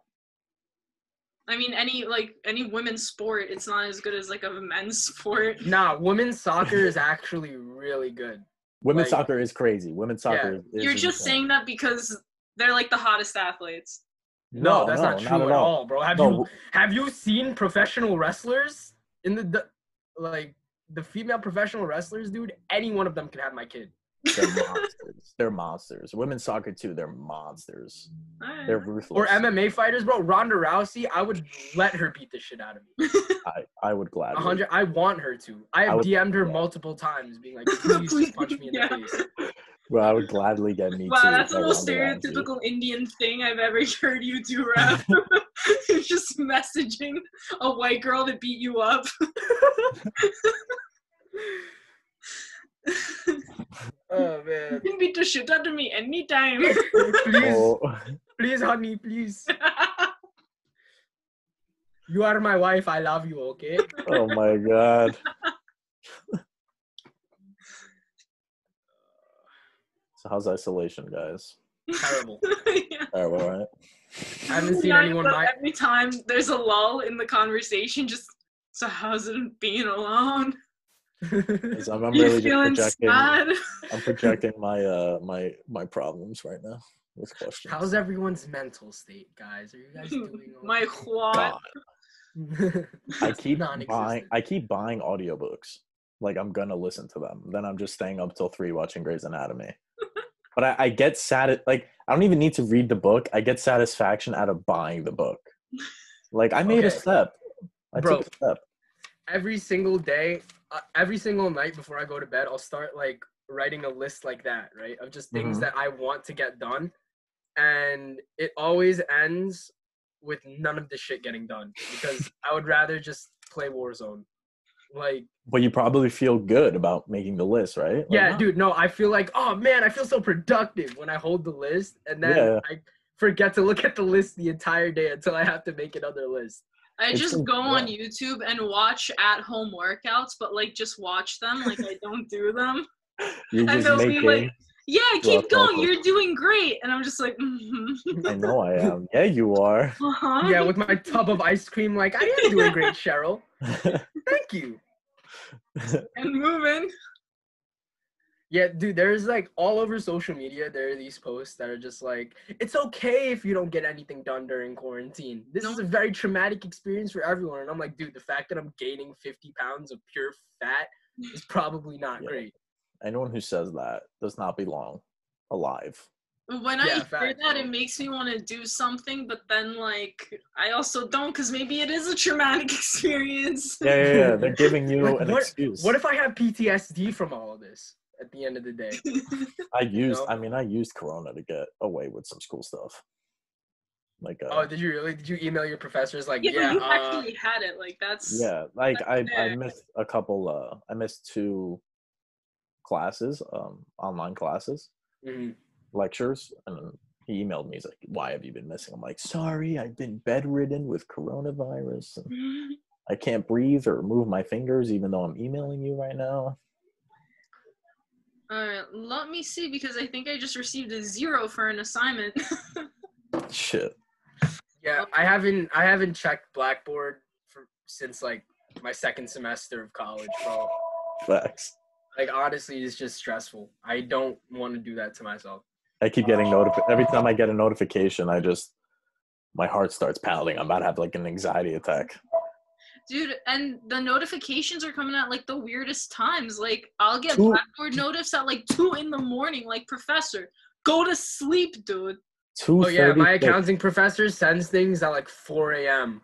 Speaker 2: I mean, any like any women's sport, it's not as good as like a men's [LAUGHS] sport.
Speaker 3: Nah, women's soccer is actually really [LAUGHS] good.
Speaker 1: Women's
Speaker 3: Like-
Speaker 1: soccer is crazy. Women's
Speaker 3: Yeah.
Speaker 1: soccer is.
Speaker 2: You're just
Speaker 1: insane.
Speaker 2: saying that because they're like the hottest athletes.
Speaker 3: No, that's not true at all, bro. Have
Speaker 1: No,
Speaker 3: you have you seen professional wrestlers in the, the like the female professional wrestlers, dude? Any one of them can have my kid. [LAUGHS]
Speaker 1: they're monsters. They're monsters. Women's soccer too. They're monsters.
Speaker 2: Alright.
Speaker 1: They're ruthless.
Speaker 3: Or MMA fighters, bro. Ronda Rousey, I would let her beat the shit out of me.
Speaker 1: I, I would
Speaker 3: A
Speaker 1: gladly.
Speaker 3: hundred. I want her to. I have
Speaker 1: I would-
Speaker 3: DM'd her
Speaker 1: yeah.
Speaker 3: multiple times, being like, please just punch me in
Speaker 2: Yeah.
Speaker 3: the face.
Speaker 1: Well, I would gladly get me
Speaker 2: Wow,
Speaker 1: too.
Speaker 2: that's the
Speaker 1: if I
Speaker 2: most
Speaker 1: wanted to.
Speaker 2: stereotypical Indian thing I've ever [LAUGHS] heard you do, [LAUGHS] Rap. It's just messaging a white girl to beat you up. you
Speaker 3: Oh man.
Speaker 2: can beat the shit out of me anytime.
Speaker 3: [LAUGHS]
Speaker 2: [LAUGHS]
Speaker 3: please, [LAUGHS]
Speaker 1: Oh,
Speaker 3: please, honey, please. You are my wife. I love you. Okay.
Speaker 1: oh my god. So how's isolation, guys?
Speaker 3: Terrible.
Speaker 2: Yeah.
Speaker 1: All right, all right.
Speaker 3: I haven't seen
Speaker 2: Yeah,
Speaker 3: anyone
Speaker 2: but
Speaker 3: my
Speaker 2: Every time there's a lull in the conversation, just so how's it being alone?
Speaker 1: 'Cause [LAUGHS] I'm, I'm
Speaker 2: you
Speaker 1: really
Speaker 2: feeling
Speaker 1: just projecting.
Speaker 2: sad?
Speaker 1: I'm projecting my uh my my problems right now with questions.
Speaker 3: [LAUGHS] How's everyone's mental state, guys? Are you guys doing all
Speaker 2: My what?
Speaker 1: God,
Speaker 3: [LAUGHS]
Speaker 1: I keep buying.
Speaker 3: Non-existent.
Speaker 1: I keep buying audiobooks. Like I'm gonna listen to them. Then I'm just staying up till three watching Grey's
Speaker 3: [LAUGHS]
Speaker 1: Anatomy. but I, I get sat like I don't even need to read the book. I get satisfaction out of buying the book. Like I made a
Speaker 3: Okay.
Speaker 1: step. I
Speaker 3: Bro.
Speaker 1: took a step.
Speaker 3: every single day, uh, every single night before I go to bed, I'll start like writing a list like that, right? Of just things
Speaker 1: Mhm.
Speaker 3: that I want to get done, and it always ends with none of the shit getting done because I would rather just play Warzone. Like,
Speaker 1: But you probably feel good about making the list, right? Like,
Speaker 3: yeah, dude, no, I feel like, oh man, I feel so productive when I hold the list, and then
Speaker 1: Yeah.
Speaker 3: I forget to look at the list the entire day until I have to make another list.
Speaker 2: I
Speaker 1: It's
Speaker 2: just
Speaker 1: so
Speaker 2: go on
Speaker 1: dumb.
Speaker 2: YouTube and watch at home workouts, but like just watch them, like I don't do them.
Speaker 1: You're
Speaker 2: and
Speaker 1: just
Speaker 2: they'll be
Speaker 1: making.
Speaker 2: like- Yeah, keep
Speaker 1: that's awful.
Speaker 2: going. You're doing great. And I'm just like, [LAUGHS] mm-hmm.
Speaker 1: I know
Speaker 3: [LAUGHS]
Speaker 1: I am. Yeah, you are. [LAUGHS]
Speaker 2: uh-huh. [LAUGHS]
Speaker 3: Yeah, with my tub of ice cream, like I am doing great, Cheryl. Thank you.
Speaker 2: and moving.
Speaker 3: Yeah, dude, there's like all over social media, there are these posts that are just like, it's okay if you don't get anything done during quarantine. This is a very traumatic experience for everyone. And I'm like, dude, the fact that I'm gaining 50 pounds of pure fat
Speaker 2: Mm.
Speaker 3: is probably not
Speaker 1: Yeah.
Speaker 3: great.
Speaker 1: Anyone who says that does not belong alive.
Speaker 3: [LAUGHS]
Speaker 2: When
Speaker 3: Yeah,
Speaker 2: I hear
Speaker 3: fact.
Speaker 2: that, it makes me want to do something, but then like I also don't because maybe it is a traumatic [LAUGHS] experience. [LAUGHS]
Speaker 1: Yeah, yeah, yeah. They're giving you
Speaker 3: Like,
Speaker 1: an
Speaker 3: what-
Speaker 1: excuse.
Speaker 3: What if I have PTSD from all of this at the end of the day?
Speaker 1: I used,
Speaker 3: know?
Speaker 1: I mean, I used Corona to get away with some school stuff. Like, uh,
Speaker 3: Oh, did you really? Did you email your professors like,
Speaker 2: yeah, but
Speaker 3: yeah,
Speaker 2: you
Speaker 3: uh,
Speaker 2: actually had it. Like that's [LAUGHS]
Speaker 1: yeah, like I, I
Speaker 2: fair.
Speaker 1: missed a couple, uh, I missed two classes, um, online classes,
Speaker 3: mhm.
Speaker 1: lectures, and then he emailed me. He's like, "Why have you been missing?" I'm like, "Sorry, I've been bedridden with coronavirus. And I can't breathe or move my fingers, even though I'm emailing you right now." [LAUGHS]
Speaker 2: All right, let me see because I think I just received a zero for an assignment. [LAUGHS]
Speaker 1: Shit.
Speaker 3: Yeah, I haven't I haven't checked Blackboard for since like my second semester of college, bro.
Speaker 1: Facts.
Speaker 3: Like honestly, it's just stressful. I don't want to do that to myself.
Speaker 1: I keep getting notified every time I get a notification. I just my heart starts pounding. I'm about to have like an anxiety attack.
Speaker 2: Dude, and the notifications are coming at like the weirdest times. Like I'll get
Speaker 1: Two-
Speaker 2: Blackboard notice at like two in the morning. Like professor, go to sleep, dude.
Speaker 1: Two.
Speaker 3: Oh yeah, my accounting professor sends things at like 4 a.m.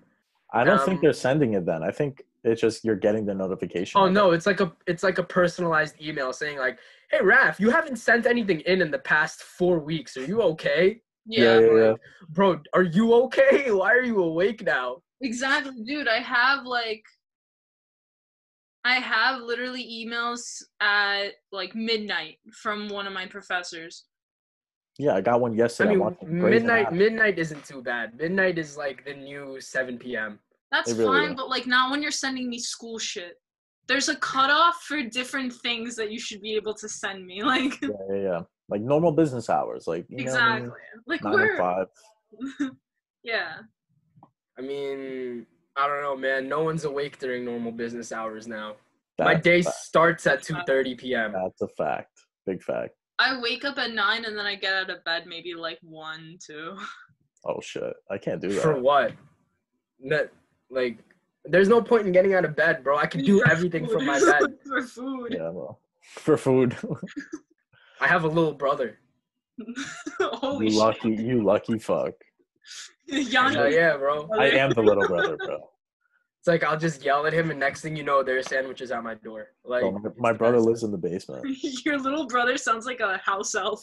Speaker 1: I don't think
Speaker 3: um,
Speaker 1: they're sending it then. I think It's just you're getting the notification.
Speaker 3: Oh no, it's like a it's like a personalized email saying like, "Hey Raf, you haven't sent anything in in the past four weeks. Are you okay,
Speaker 1: Yeah, yeah, yeah.
Speaker 3: bro? Are you okay? [LAUGHS] Why are you awake now?"
Speaker 2: Exactly, dude. I have like, I have literally emails at like midnight from one of my professors.
Speaker 1: Yeah, I got one
Speaker 3: I
Speaker 1: yesterday.
Speaker 3: mean,
Speaker 1: watching Grey's
Speaker 3: midnight [LAUGHS]
Speaker 1: Anatomy.
Speaker 3: midnight isn't too bad. Midnight is like the new seven p.m.
Speaker 2: That's
Speaker 1: They really
Speaker 2: fine,
Speaker 1: are.
Speaker 2: but like not when you're sending me school shit. There's a cutoff for different things that you should be able to send me. [LAUGHS] Like
Speaker 1: Yeah, yeah, yeah. Like normal business hours. Like you know what I mean?
Speaker 2: exactly. Like
Speaker 1: nine to
Speaker 2: we're
Speaker 1: five.
Speaker 2: [LAUGHS] yeah.
Speaker 3: I mean, I don't know, man. No one's awake during normal business hours now. My
Speaker 1: That's a
Speaker 3: day
Speaker 1: fact.
Speaker 3: starts at two thirty p.m.
Speaker 1: That's a fact. Big fact.
Speaker 2: I wake up at nine and then I get out of bed maybe like one, two.
Speaker 1: Oh shit! I can't do that.
Speaker 3: For what? No, like, there's no point in getting out of bed, bro. I can
Speaker 2: [LAUGHS]
Speaker 3: do everything from my bed.
Speaker 2: for food.
Speaker 1: Yeah, well, for
Speaker 3: [LAUGHS]
Speaker 1: food.
Speaker 3: I have a little brother.
Speaker 2: [LAUGHS] Holy
Speaker 1: you lucky, you lucky fuck.
Speaker 2: shit.
Speaker 3: Hell
Speaker 2: Yanni.
Speaker 3: uh, yeah, bro.
Speaker 1: I am the little brother, bro.
Speaker 3: It's like I'll just yell at him, and next thing you know, there are sandwiches at my door. [LAUGHS] Like
Speaker 1: So my, my brother lives in the basement.
Speaker 2: [LAUGHS] Your little brother sounds like a house elf.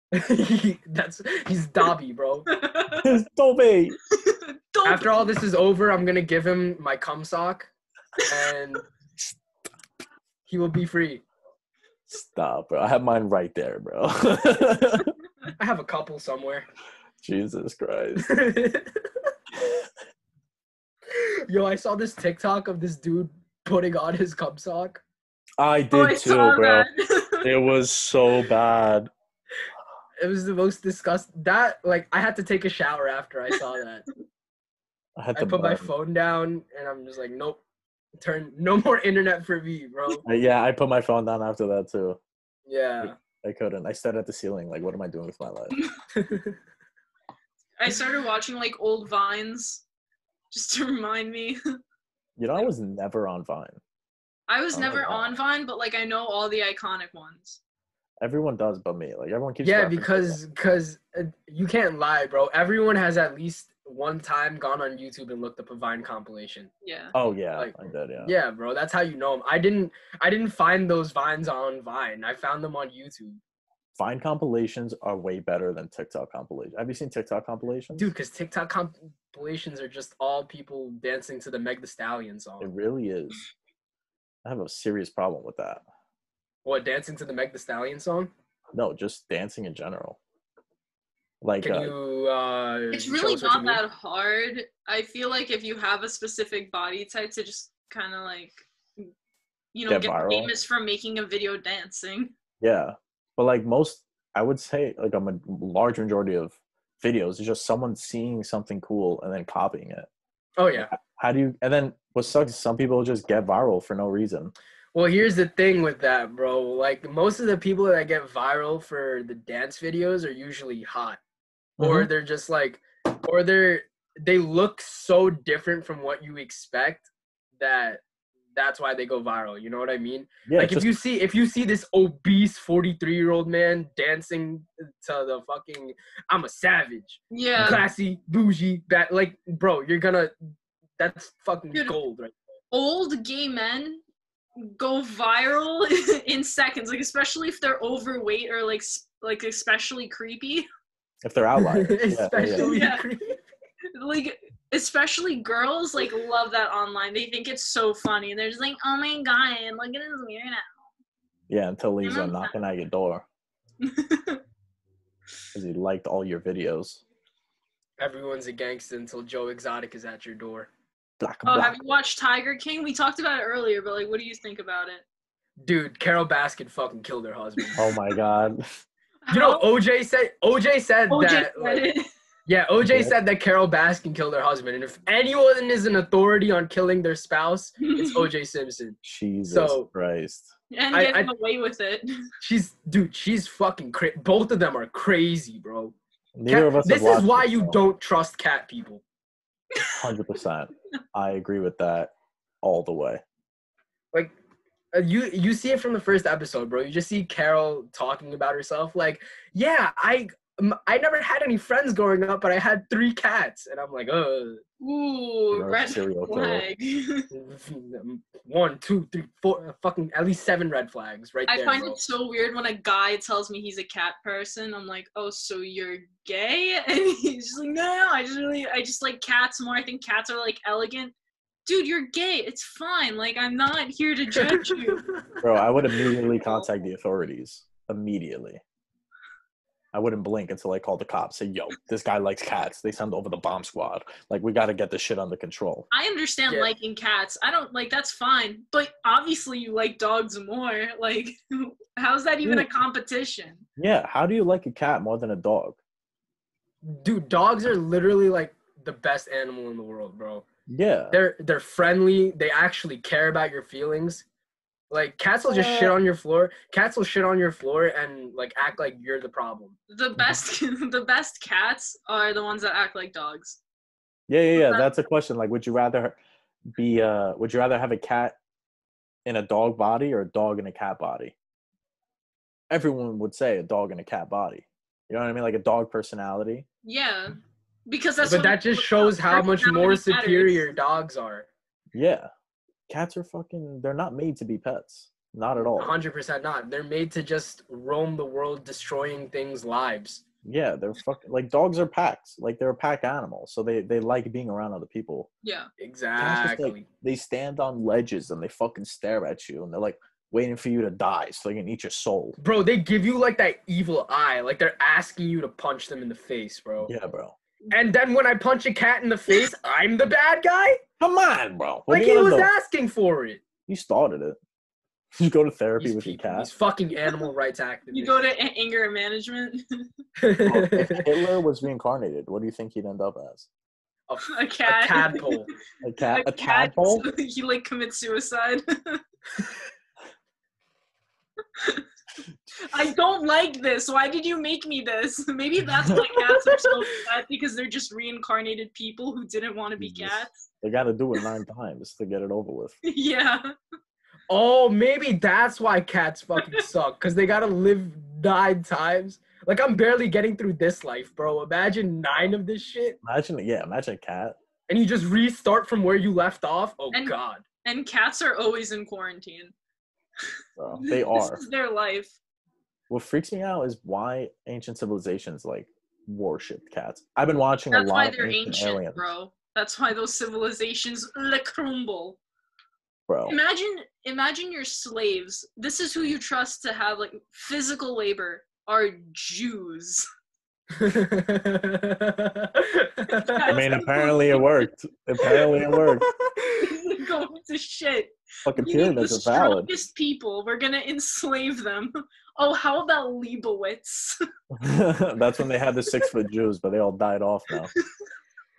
Speaker 2: [LAUGHS]
Speaker 3: [LAUGHS] That's he's Dobby, bro.
Speaker 1: Toby.
Speaker 2: Don't
Speaker 3: After all this is over, I'm gonna give him my cum sock, and he will be free.
Speaker 1: Stop, bro. I have mine right there, bro. [LAUGHS]
Speaker 3: I have a couple somewhere.
Speaker 1: Jesus Christ.
Speaker 3: [LAUGHS] Yo, I saw this TikTok of this dude putting on his cum sock.
Speaker 1: I
Speaker 2: Oh, I
Speaker 1: did too,
Speaker 2: saw
Speaker 1: bro.
Speaker 2: that.
Speaker 1: [LAUGHS]
Speaker 2: [LAUGHS]
Speaker 1: It was so bad.
Speaker 3: It was the most disgust. That like I had to take a shower after I saw that.
Speaker 1: I had
Speaker 3: I
Speaker 1: to
Speaker 3: put my
Speaker 1: burn.
Speaker 3: phone down and I'm just like, nope. Turn no more internet for me, bro.
Speaker 1: Uh, Yeah, I put my phone down after that too.
Speaker 3: Yeah.
Speaker 1: I couldn't. I stared at the ceiling. Like, what am I doing with my life?
Speaker 3: [LAUGHS]
Speaker 2: I started watching like old vines just to remind me. [LAUGHS]
Speaker 1: You know, I was never on Vine.
Speaker 2: I was
Speaker 1: Oh,
Speaker 2: never
Speaker 1: wow.
Speaker 2: on Vine, but like I know all the iconic ones.
Speaker 1: Everyone does, but me. Like, everyone keeps.
Speaker 3: yeah,
Speaker 1: referencing
Speaker 3: because because uh, you can't lie, bro. Everyone has at least one time gone on YouTube and looked up a Vine compilation.
Speaker 2: Yeah.
Speaker 1: it. Oh yeah,
Speaker 3: like,
Speaker 1: I did. Yeah.
Speaker 3: Yeah, bro, that's how you know them. I didn't I didn't find those vines on Vine. I found them on YouTube.
Speaker 1: Vine compilations are way better than TikTok compilations. Have you seen TikTok compilations?
Speaker 3: Dude, cuz TikTok compilations are just all people dancing to the Meg the Stallion
Speaker 1: it
Speaker 3: song.
Speaker 1: really is. I have a serious problem with that.
Speaker 3: What, dancing to the Meg the Stallion song?
Speaker 1: No, just dancing in general. Like,
Speaker 3: Can
Speaker 1: uh,
Speaker 3: you uh
Speaker 2: It's
Speaker 3: show
Speaker 2: really
Speaker 3: us what you
Speaker 2: not
Speaker 3: mean?
Speaker 2: that hard. I feel like if you have a specific body type to just kind of like, you know,
Speaker 1: Get
Speaker 2: get,
Speaker 1: viral.
Speaker 2: famous for making a video dancing. [LAUGHS]
Speaker 1: yeah, but like most, I would say like a ma- large majority of videos is just someone seeing something cool and then copying it.
Speaker 3: Oh yeah.
Speaker 1: How do you? And then what sucks is some people just get viral for no reason.
Speaker 3: Well, here's the thing with that, bro. Like most of the people that get viral for the dance videos are usually hot,
Speaker 1: Mm-hmm.
Speaker 3: or they're just like, or they're they look so different from what you expect that that's why they go viral. You know what I mean?
Speaker 1: Yeah,
Speaker 3: like if
Speaker 1: just-
Speaker 3: you see if you see this obese 43 year old man dancing to the fucking I'm a savage,
Speaker 1: [LAUGHS]
Speaker 2: Yeah.
Speaker 3: classy, bougie, that like, bro, you're gonna that's fucking
Speaker 2: Dude,
Speaker 3: gold, right?
Speaker 2: Old gay men go viral [LAUGHS] in seconds, like, especially if they're overweight or like, s- like especially creepy. [LAUGHS]
Speaker 1: if they're
Speaker 3: [LAUGHS]
Speaker 1: outliers, yeah, yeah, yeah.
Speaker 3: Especially
Speaker 2: Yeah.
Speaker 3: creepy.
Speaker 2: like especially girls like love that online. They think it's so funny. They're just like, oh my god, look at this weird ass.
Speaker 1: Yeah, until he's uh,
Speaker 2: Mhm.
Speaker 1: knocking at your
Speaker 3: [LAUGHS]
Speaker 1: door because he liked all your videos.
Speaker 3: Everyone's a gangster until Joe Exotic is at your door.
Speaker 1: Black,
Speaker 2: Oh,
Speaker 1: black.
Speaker 2: have you watched Tiger King? We talked about it earlier, but like what do you think about it?
Speaker 3: Dude, Carol Baskin fucking killed her husband.
Speaker 1: Oh my
Speaker 3: [LAUGHS]
Speaker 1: god.
Speaker 3: You know, OJ said OJ said
Speaker 2: OJ
Speaker 3: that.
Speaker 2: said
Speaker 3: like-
Speaker 2: it.
Speaker 3: yeah, OJ
Speaker 1: Yeah.
Speaker 3: said that Carol Baskin killed her husband, and if anyone is an authority on killing their spouse, it's OJ Simpson.
Speaker 1: Jesus
Speaker 3: So-
Speaker 1: Christ.
Speaker 2: [LAUGHS] and
Speaker 3: I-
Speaker 2: getting
Speaker 3: I-
Speaker 2: away with it.
Speaker 3: She's dude, she's fucking cra- both of them are crazy, bro.
Speaker 1: Neither
Speaker 3: Cat-
Speaker 1: of us. have
Speaker 3: this is
Speaker 1: watched
Speaker 3: why
Speaker 1: it,
Speaker 3: you
Speaker 1: so
Speaker 3: don't trust cat people.
Speaker 1: 100%. I agree with that all the way.
Speaker 3: like uh, you you see it from the first episode bro you just see carol talking about herself like yeah i m- I never had any friends growing up, but I had three cats, and I'm like, oh,
Speaker 2: Ooh,
Speaker 1: You're a
Speaker 2: red
Speaker 1: serial killer.
Speaker 2: flag.
Speaker 3: [LAUGHS]
Speaker 2: [LAUGHS]
Speaker 3: one, two, three, four, uh, fucking at least seven red flags right
Speaker 2: I
Speaker 3: there.
Speaker 2: find
Speaker 3: bro.
Speaker 2: it so weird when a guy tells me he's a cat person. I'm like, oh, so you're gay? [LAUGHS] And he's just like, no, no, I just really, I just like cats more. I think cats are like elegant. Dude, you're gay. It's fine. Like, I'm not here to judge
Speaker 3: [LAUGHS]
Speaker 2: you.
Speaker 1: Bro, I would immediately contact the authorities. Immediately. I wouldn't blink until I called the cops. Say, yo, this guy likes cats. They send over the bomb squad. Like, we got to get this shit under control.
Speaker 2: I understand
Speaker 3: Yeah.
Speaker 2: liking cats. I don't like that's fine. But obviously, you like dogs more. [LAUGHS] Like, how's that even a competition?
Speaker 1: Yeah, how do you like a cat more than a dog?
Speaker 3: Dude, dogs are literally like the best animal in the world, bro.
Speaker 1: Yeah.
Speaker 3: They're they're friendly. They actually care about your feelings. Like cats will just
Speaker 2: Yeah.
Speaker 3: shit on your floor. Cats will shit on your floor and like act like you're the problem.
Speaker 2: The best, [LAUGHS] the best cats are the ones that act like dogs.
Speaker 1: Yeah, yeah, yeah.
Speaker 2: that-
Speaker 1: That's a question. Like, would you rather be, uh, would you rather have a cat in a dog body or a dog in a cat body? Everyone would say a dog in a cat body. You know what I mean? Like a dog personality.
Speaker 2: Yeah, because that's.
Speaker 3: but
Speaker 2: what
Speaker 3: that
Speaker 2: people
Speaker 3: just
Speaker 2: look
Speaker 3: shows
Speaker 2: up.
Speaker 3: how much more
Speaker 2: Personality matters.
Speaker 3: superior dogs are.
Speaker 1: Yeah. Cats are fucking, they're not made to be pets. Not at all.
Speaker 3: 100% not. They're made to just roam the world destroying things' lives.
Speaker 1: Yeah, they're fucking like dogs are packs. Like they're a pack animal, so they they like being around other people.
Speaker 2: Yeah,
Speaker 1: Cats just, like,
Speaker 3: Exactly.
Speaker 1: They stand on ledges and they fucking stare at you, and they're like waiting for you to die so they can eat your soul.
Speaker 3: Bro, they give you like that evil eye. Like they're asking you to punch them in the face, bro.
Speaker 1: Yeah, bro.
Speaker 3: And then when I punch a cat in the face, I'm the bad guy?
Speaker 1: Come on, bro. What
Speaker 3: Like
Speaker 1: do you
Speaker 3: he
Speaker 1: wanna
Speaker 3: was
Speaker 1: know?
Speaker 3: asking for it.
Speaker 1: You started it. [LAUGHS] You go to therapy
Speaker 3: These
Speaker 1: with
Speaker 3: people,
Speaker 1: your
Speaker 3: these
Speaker 1: cat.
Speaker 3: fucking animal rights activists.
Speaker 2: you
Speaker 3: [LAUGHS]
Speaker 2: go to a- anger management.
Speaker 1: [LAUGHS]
Speaker 2: [LAUGHS]
Speaker 3: Oh,
Speaker 1: Bro, if Hitler was reincarnated, what do you think he'd end up as?
Speaker 3: a,
Speaker 2: a
Speaker 3: a
Speaker 2: cat. [LAUGHS]
Speaker 3: tadpole.
Speaker 1: A cat? A, tadpole?
Speaker 2: He like commits suicide. [LAUGHS] I don't like this. Why did you make me this? [LAUGHS] Maybe that's why cats are
Speaker 1: [LAUGHS]
Speaker 2: so bad because they're just reincarnated people who didn't want to be
Speaker 1: Jesus.
Speaker 2: cats. [LAUGHS]
Speaker 1: They got to do it nine times to get it over with.
Speaker 2: Yeah.
Speaker 3: Oh, maybe that's why cats
Speaker 2: [LAUGHS]
Speaker 3: fucking suck. Cause they gotta live nine times. Like I'm barely getting through this life, bro. Imagine nine of this shit.
Speaker 1: Imagine, yeah, imagine a cat.
Speaker 3: And you just restart from where you left off. Oh
Speaker 2: And-
Speaker 3: god. [LAUGHS]
Speaker 2: And cats are always in quarantine. [LAUGHS]
Speaker 1: Bro. Oh, They
Speaker 2: This
Speaker 1: are.
Speaker 2: is their life.
Speaker 1: What freaks me out is why ancient civilizations like worshipped cats. I've been watching
Speaker 2: That's
Speaker 1: a lot
Speaker 2: why
Speaker 1: of
Speaker 2: they're
Speaker 1: ancient,
Speaker 2: ancient,
Speaker 1: aliens, bro.
Speaker 2: bro. That's why those civilizations le crumble. Imagine, imagine your slaves. This is who you trust to have like physical labor. Are Jews? [LAUGHS]
Speaker 1: I mean, apparently it worked. Apparently it worked.
Speaker 2: They're going to shit.
Speaker 1: Fucking
Speaker 2: We need the
Speaker 1: pyramids are valid.
Speaker 2: strongest people. We're gonna enslave them. Oh, how about Leibowitz? [LAUGHS]
Speaker 1: [LAUGHS] That's when they had the six foot Jews, but they all died off
Speaker 2: [LAUGHS]
Speaker 1: now.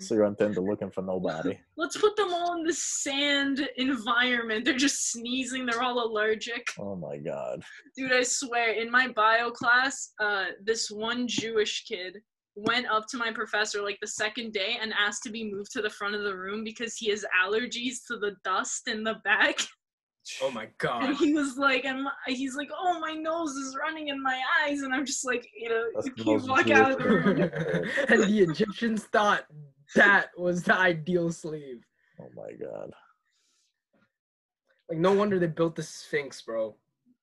Speaker 1: So you're on Tinder looking for nobody.
Speaker 2: Let's put them all in the sand environment. They're just sneezing. They're all allergic.
Speaker 1: Oh my god.
Speaker 2: Dude, I swear, in my bio class, uh, this one Jewish kid went up to my professor like the second day and asked to be moved to the front of the room because he has allergies to the dust in the back. [LAUGHS]
Speaker 3: oh my
Speaker 2: And
Speaker 3: [LAUGHS] god.
Speaker 2: he was like, and my- he's like, oh, my nose is running in my eyes. And I'm just like, you know,
Speaker 1: That's
Speaker 2: you
Speaker 1: the
Speaker 2: can't
Speaker 1: most
Speaker 2: walk out of the
Speaker 1: Jewish
Speaker 2: room.
Speaker 1: thing.
Speaker 3: and the Egyptians thought that was the ideal slave.
Speaker 1: Oh my god.
Speaker 3: Like no wonder they built the Sphinx, bro.
Speaker 1: [LAUGHS]
Speaker 2: [LAUGHS]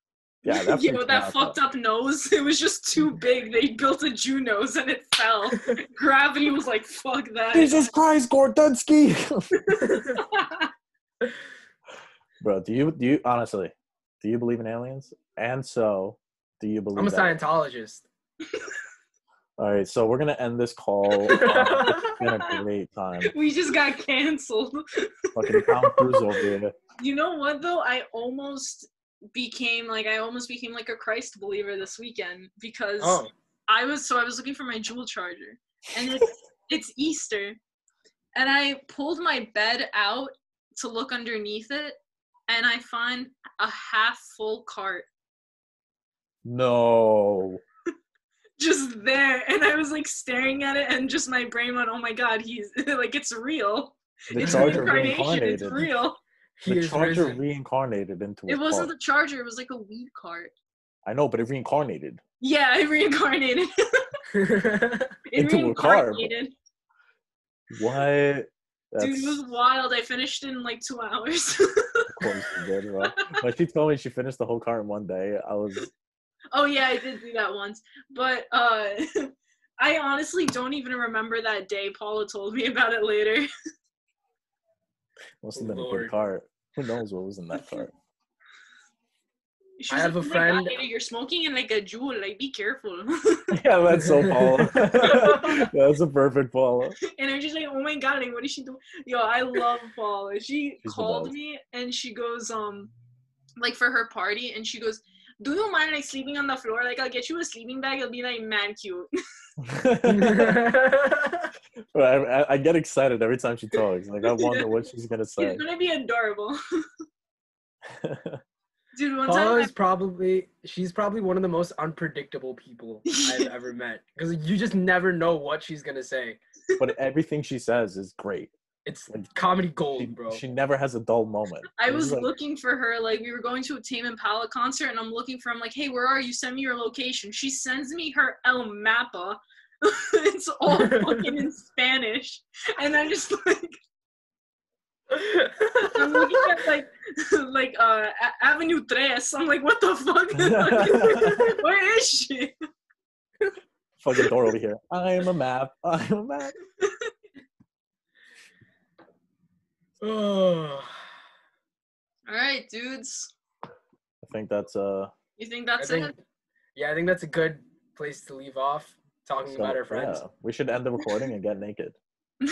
Speaker 1: Yeah, that
Speaker 2: you
Speaker 1: freaks
Speaker 2: know,
Speaker 1: me
Speaker 2: that
Speaker 1: out,
Speaker 2: fucked
Speaker 1: though.
Speaker 2: up nose. It was just too big. They built a Jew nose and it
Speaker 1: [LAUGHS]
Speaker 2: fell. Gravity was like, fuck that.
Speaker 1: Jesus Christ, Gordunsky! [LAUGHS] Bro, do you do you honestly do you believe in aliens? And so, do you believe?
Speaker 3: I'm a
Speaker 1: that-
Speaker 3: Scientologist.
Speaker 1: All right, so we're gonna end this
Speaker 2: [LAUGHS]
Speaker 1: call. Um, it's been a great time.
Speaker 2: we just got canceled.
Speaker 1: Fucking Tom Cruise over here.
Speaker 2: You know what though? I almost became like I almost became like a Christ believer this weekend
Speaker 3: [LAUGHS]
Speaker 2: because
Speaker 3: oh,
Speaker 2: I was so I was looking for my jewel charger and it's, it's Easter and I pulled my bed out to look underneath it and I find a half full cart
Speaker 1: No,
Speaker 2: just there and I was like staring at it and just my brain went, "Oh my god, he's [LAUGHS] like it's real.
Speaker 1: the
Speaker 2: it's
Speaker 1: charger
Speaker 2: reincarnation. It's
Speaker 1: reincarnated.
Speaker 2: real."
Speaker 3: he
Speaker 1: The
Speaker 3: is
Speaker 1: charger
Speaker 3: risen.
Speaker 1: reincarnated into a
Speaker 2: It wasn't
Speaker 1: car.
Speaker 2: the charger, it was like a weed cart.
Speaker 1: I know, but it reincarnated.
Speaker 2: Yeah, I reincarnated.
Speaker 3: [LAUGHS]
Speaker 2: It
Speaker 1: Into a car,
Speaker 2: reincarnated.
Speaker 1: What?
Speaker 2: Dude, it was wild. I finished in like two hours. [LAUGHS]
Speaker 1: of course you did, bro. When she told me she finished the whole car in one day, I was
Speaker 2: oh yeah, I did do that once. But uh [LAUGHS] I honestly don't even remember that day. Paula told me about it later.
Speaker 1: must have been a
Speaker 3: Lord.
Speaker 1: good car. Who knows what was in that
Speaker 2: [LAUGHS]
Speaker 1: car?
Speaker 2: She
Speaker 3: I
Speaker 2: was
Speaker 3: have
Speaker 2: like, "Oh
Speaker 3: a
Speaker 2: my God,
Speaker 3: friend-
Speaker 2: Ada, you're smoking in like a jewel. Like, be careful. [LAUGHS]
Speaker 1: Yeah, that's so Paula. [LAUGHS] that's a perfect [LAUGHS] Paula.
Speaker 2: and I'm just like, oh my god, like, what is she doing? Yo, I
Speaker 3: [LAUGHS]
Speaker 2: love Paula. She
Speaker 1: the
Speaker 2: called
Speaker 1: best.
Speaker 2: me and she goes, um, like for her party, and she goes, do you mind like sleeping on the floor? Like, I'll get you a sleeping bag. It'll be like man cute. [LAUGHS]
Speaker 1: I, I- I get excited every time she talks. Like I wonder what she's gonna say.
Speaker 2: It's gonna be adorable, [LAUGHS] dude. One
Speaker 3: Paula
Speaker 2: time,
Speaker 3: is probably she's probably one of the most unpredictable people I've
Speaker 2: [LAUGHS]
Speaker 3: ever met because you just never know what she's gonna say.
Speaker 1: [LAUGHS] but everything she says is great.
Speaker 3: It's
Speaker 1: Like,
Speaker 3: comedy
Speaker 1: She,
Speaker 3: gold, bro.
Speaker 1: she
Speaker 2: [LAUGHS]
Speaker 1: never has a dull moment.
Speaker 2: I
Speaker 1: It
Speaker 2: was
Speaker 1: like,
Speaker 2: looking for her, like we were going to a Tame Impala concert, and I'm looking for. I'm like, hey, where are you? Send me your location. She sends me her El Mapa. [LAUGHS] it's
Speaker 3: [LAUGHS]
Speaker 2: all fucking in Spanish, and I'm just like, I'm looking at like, [LAUGHS] like uh A- Avenue Tres. I'm like, what the
Speaker 3: [LAUGHS]
Speaker 2: fuck? [LAUGHS] where is she?
Speaker 1: fucking
Speaker 2: [LAUGHS]
Speaker 1: door over here. I am a map. I am a map.
Speaker 3: [LAUGHS] Oh.
Speaker 2: All right, dudes.
Speaker 1: I think that's uh
Speaker 2: You think
Speaker 3: I
Speaker 2: that's
Speaker 3: think,
Speaker 2: it?
Speaker 3: yeah, I think that's a good place to leave off talking
Speaker 1: so,
Speaker 3: about our friends.
Speaker 1: yeah, we should end the recording and get naked.
Speaker 2: [LAUGHS] all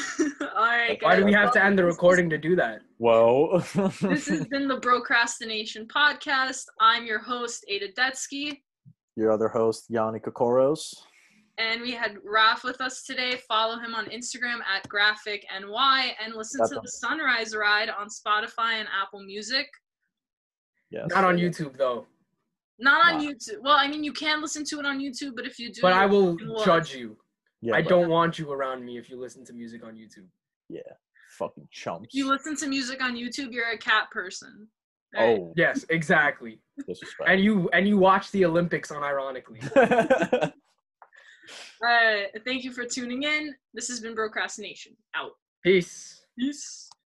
Speaker 2: right, guys.
Speaker 3: Why do we have to end the
Speaker 2: This is-
Speaker 3: recording to do that?
Speaker 1: Whoa.
Speaker 2: this has been the Procrastination Podcast. I'm your host, Ada Detsky,
Speaker 1: [LAUGHS] Your other host, Yanni Kokoros.
Speaker 2: and we had Raf with us today. Follow him on Instagram at GraphicNY and listen to
Speaker 1: Awesome.
Speaker 2: the Sunrise Ride on Spotify and Apple Music.
Speaker 1: Yes.
Speaker 3: Not on YouTube though.
Speaker 2: Not on
Speaker 1: Wow.
Speaker 2: YouTube. Well, I mean, you can listen to it on YouTube, but if you do,
Speaker 3: But I will
Speaker 2: What?
Speaker 3: judge you.
Speaker 1: Yeah,
Speaker 3: I
Speaker 1: but
Speaker 3: don't want you around me if you listen to music on YouTube.
Speaker 1: fucking chumps.
Speaker 2: if you listen to music on YouTube, you're a cat person. All right.
Speaker 1: oh,
Speaker 3: Yes, exactly.
Speaker 1: disrespect.
Speaker 3: And you and you watch the Olympics unironically.
Speaker 1: [LAUGHS]
Speaker 3: Oh.
Speaker 2: Uh, All right. Thank you for tuning in. This has been Procrastination. Out.
Speaker 3: Peace.
Speaker 2: Peace.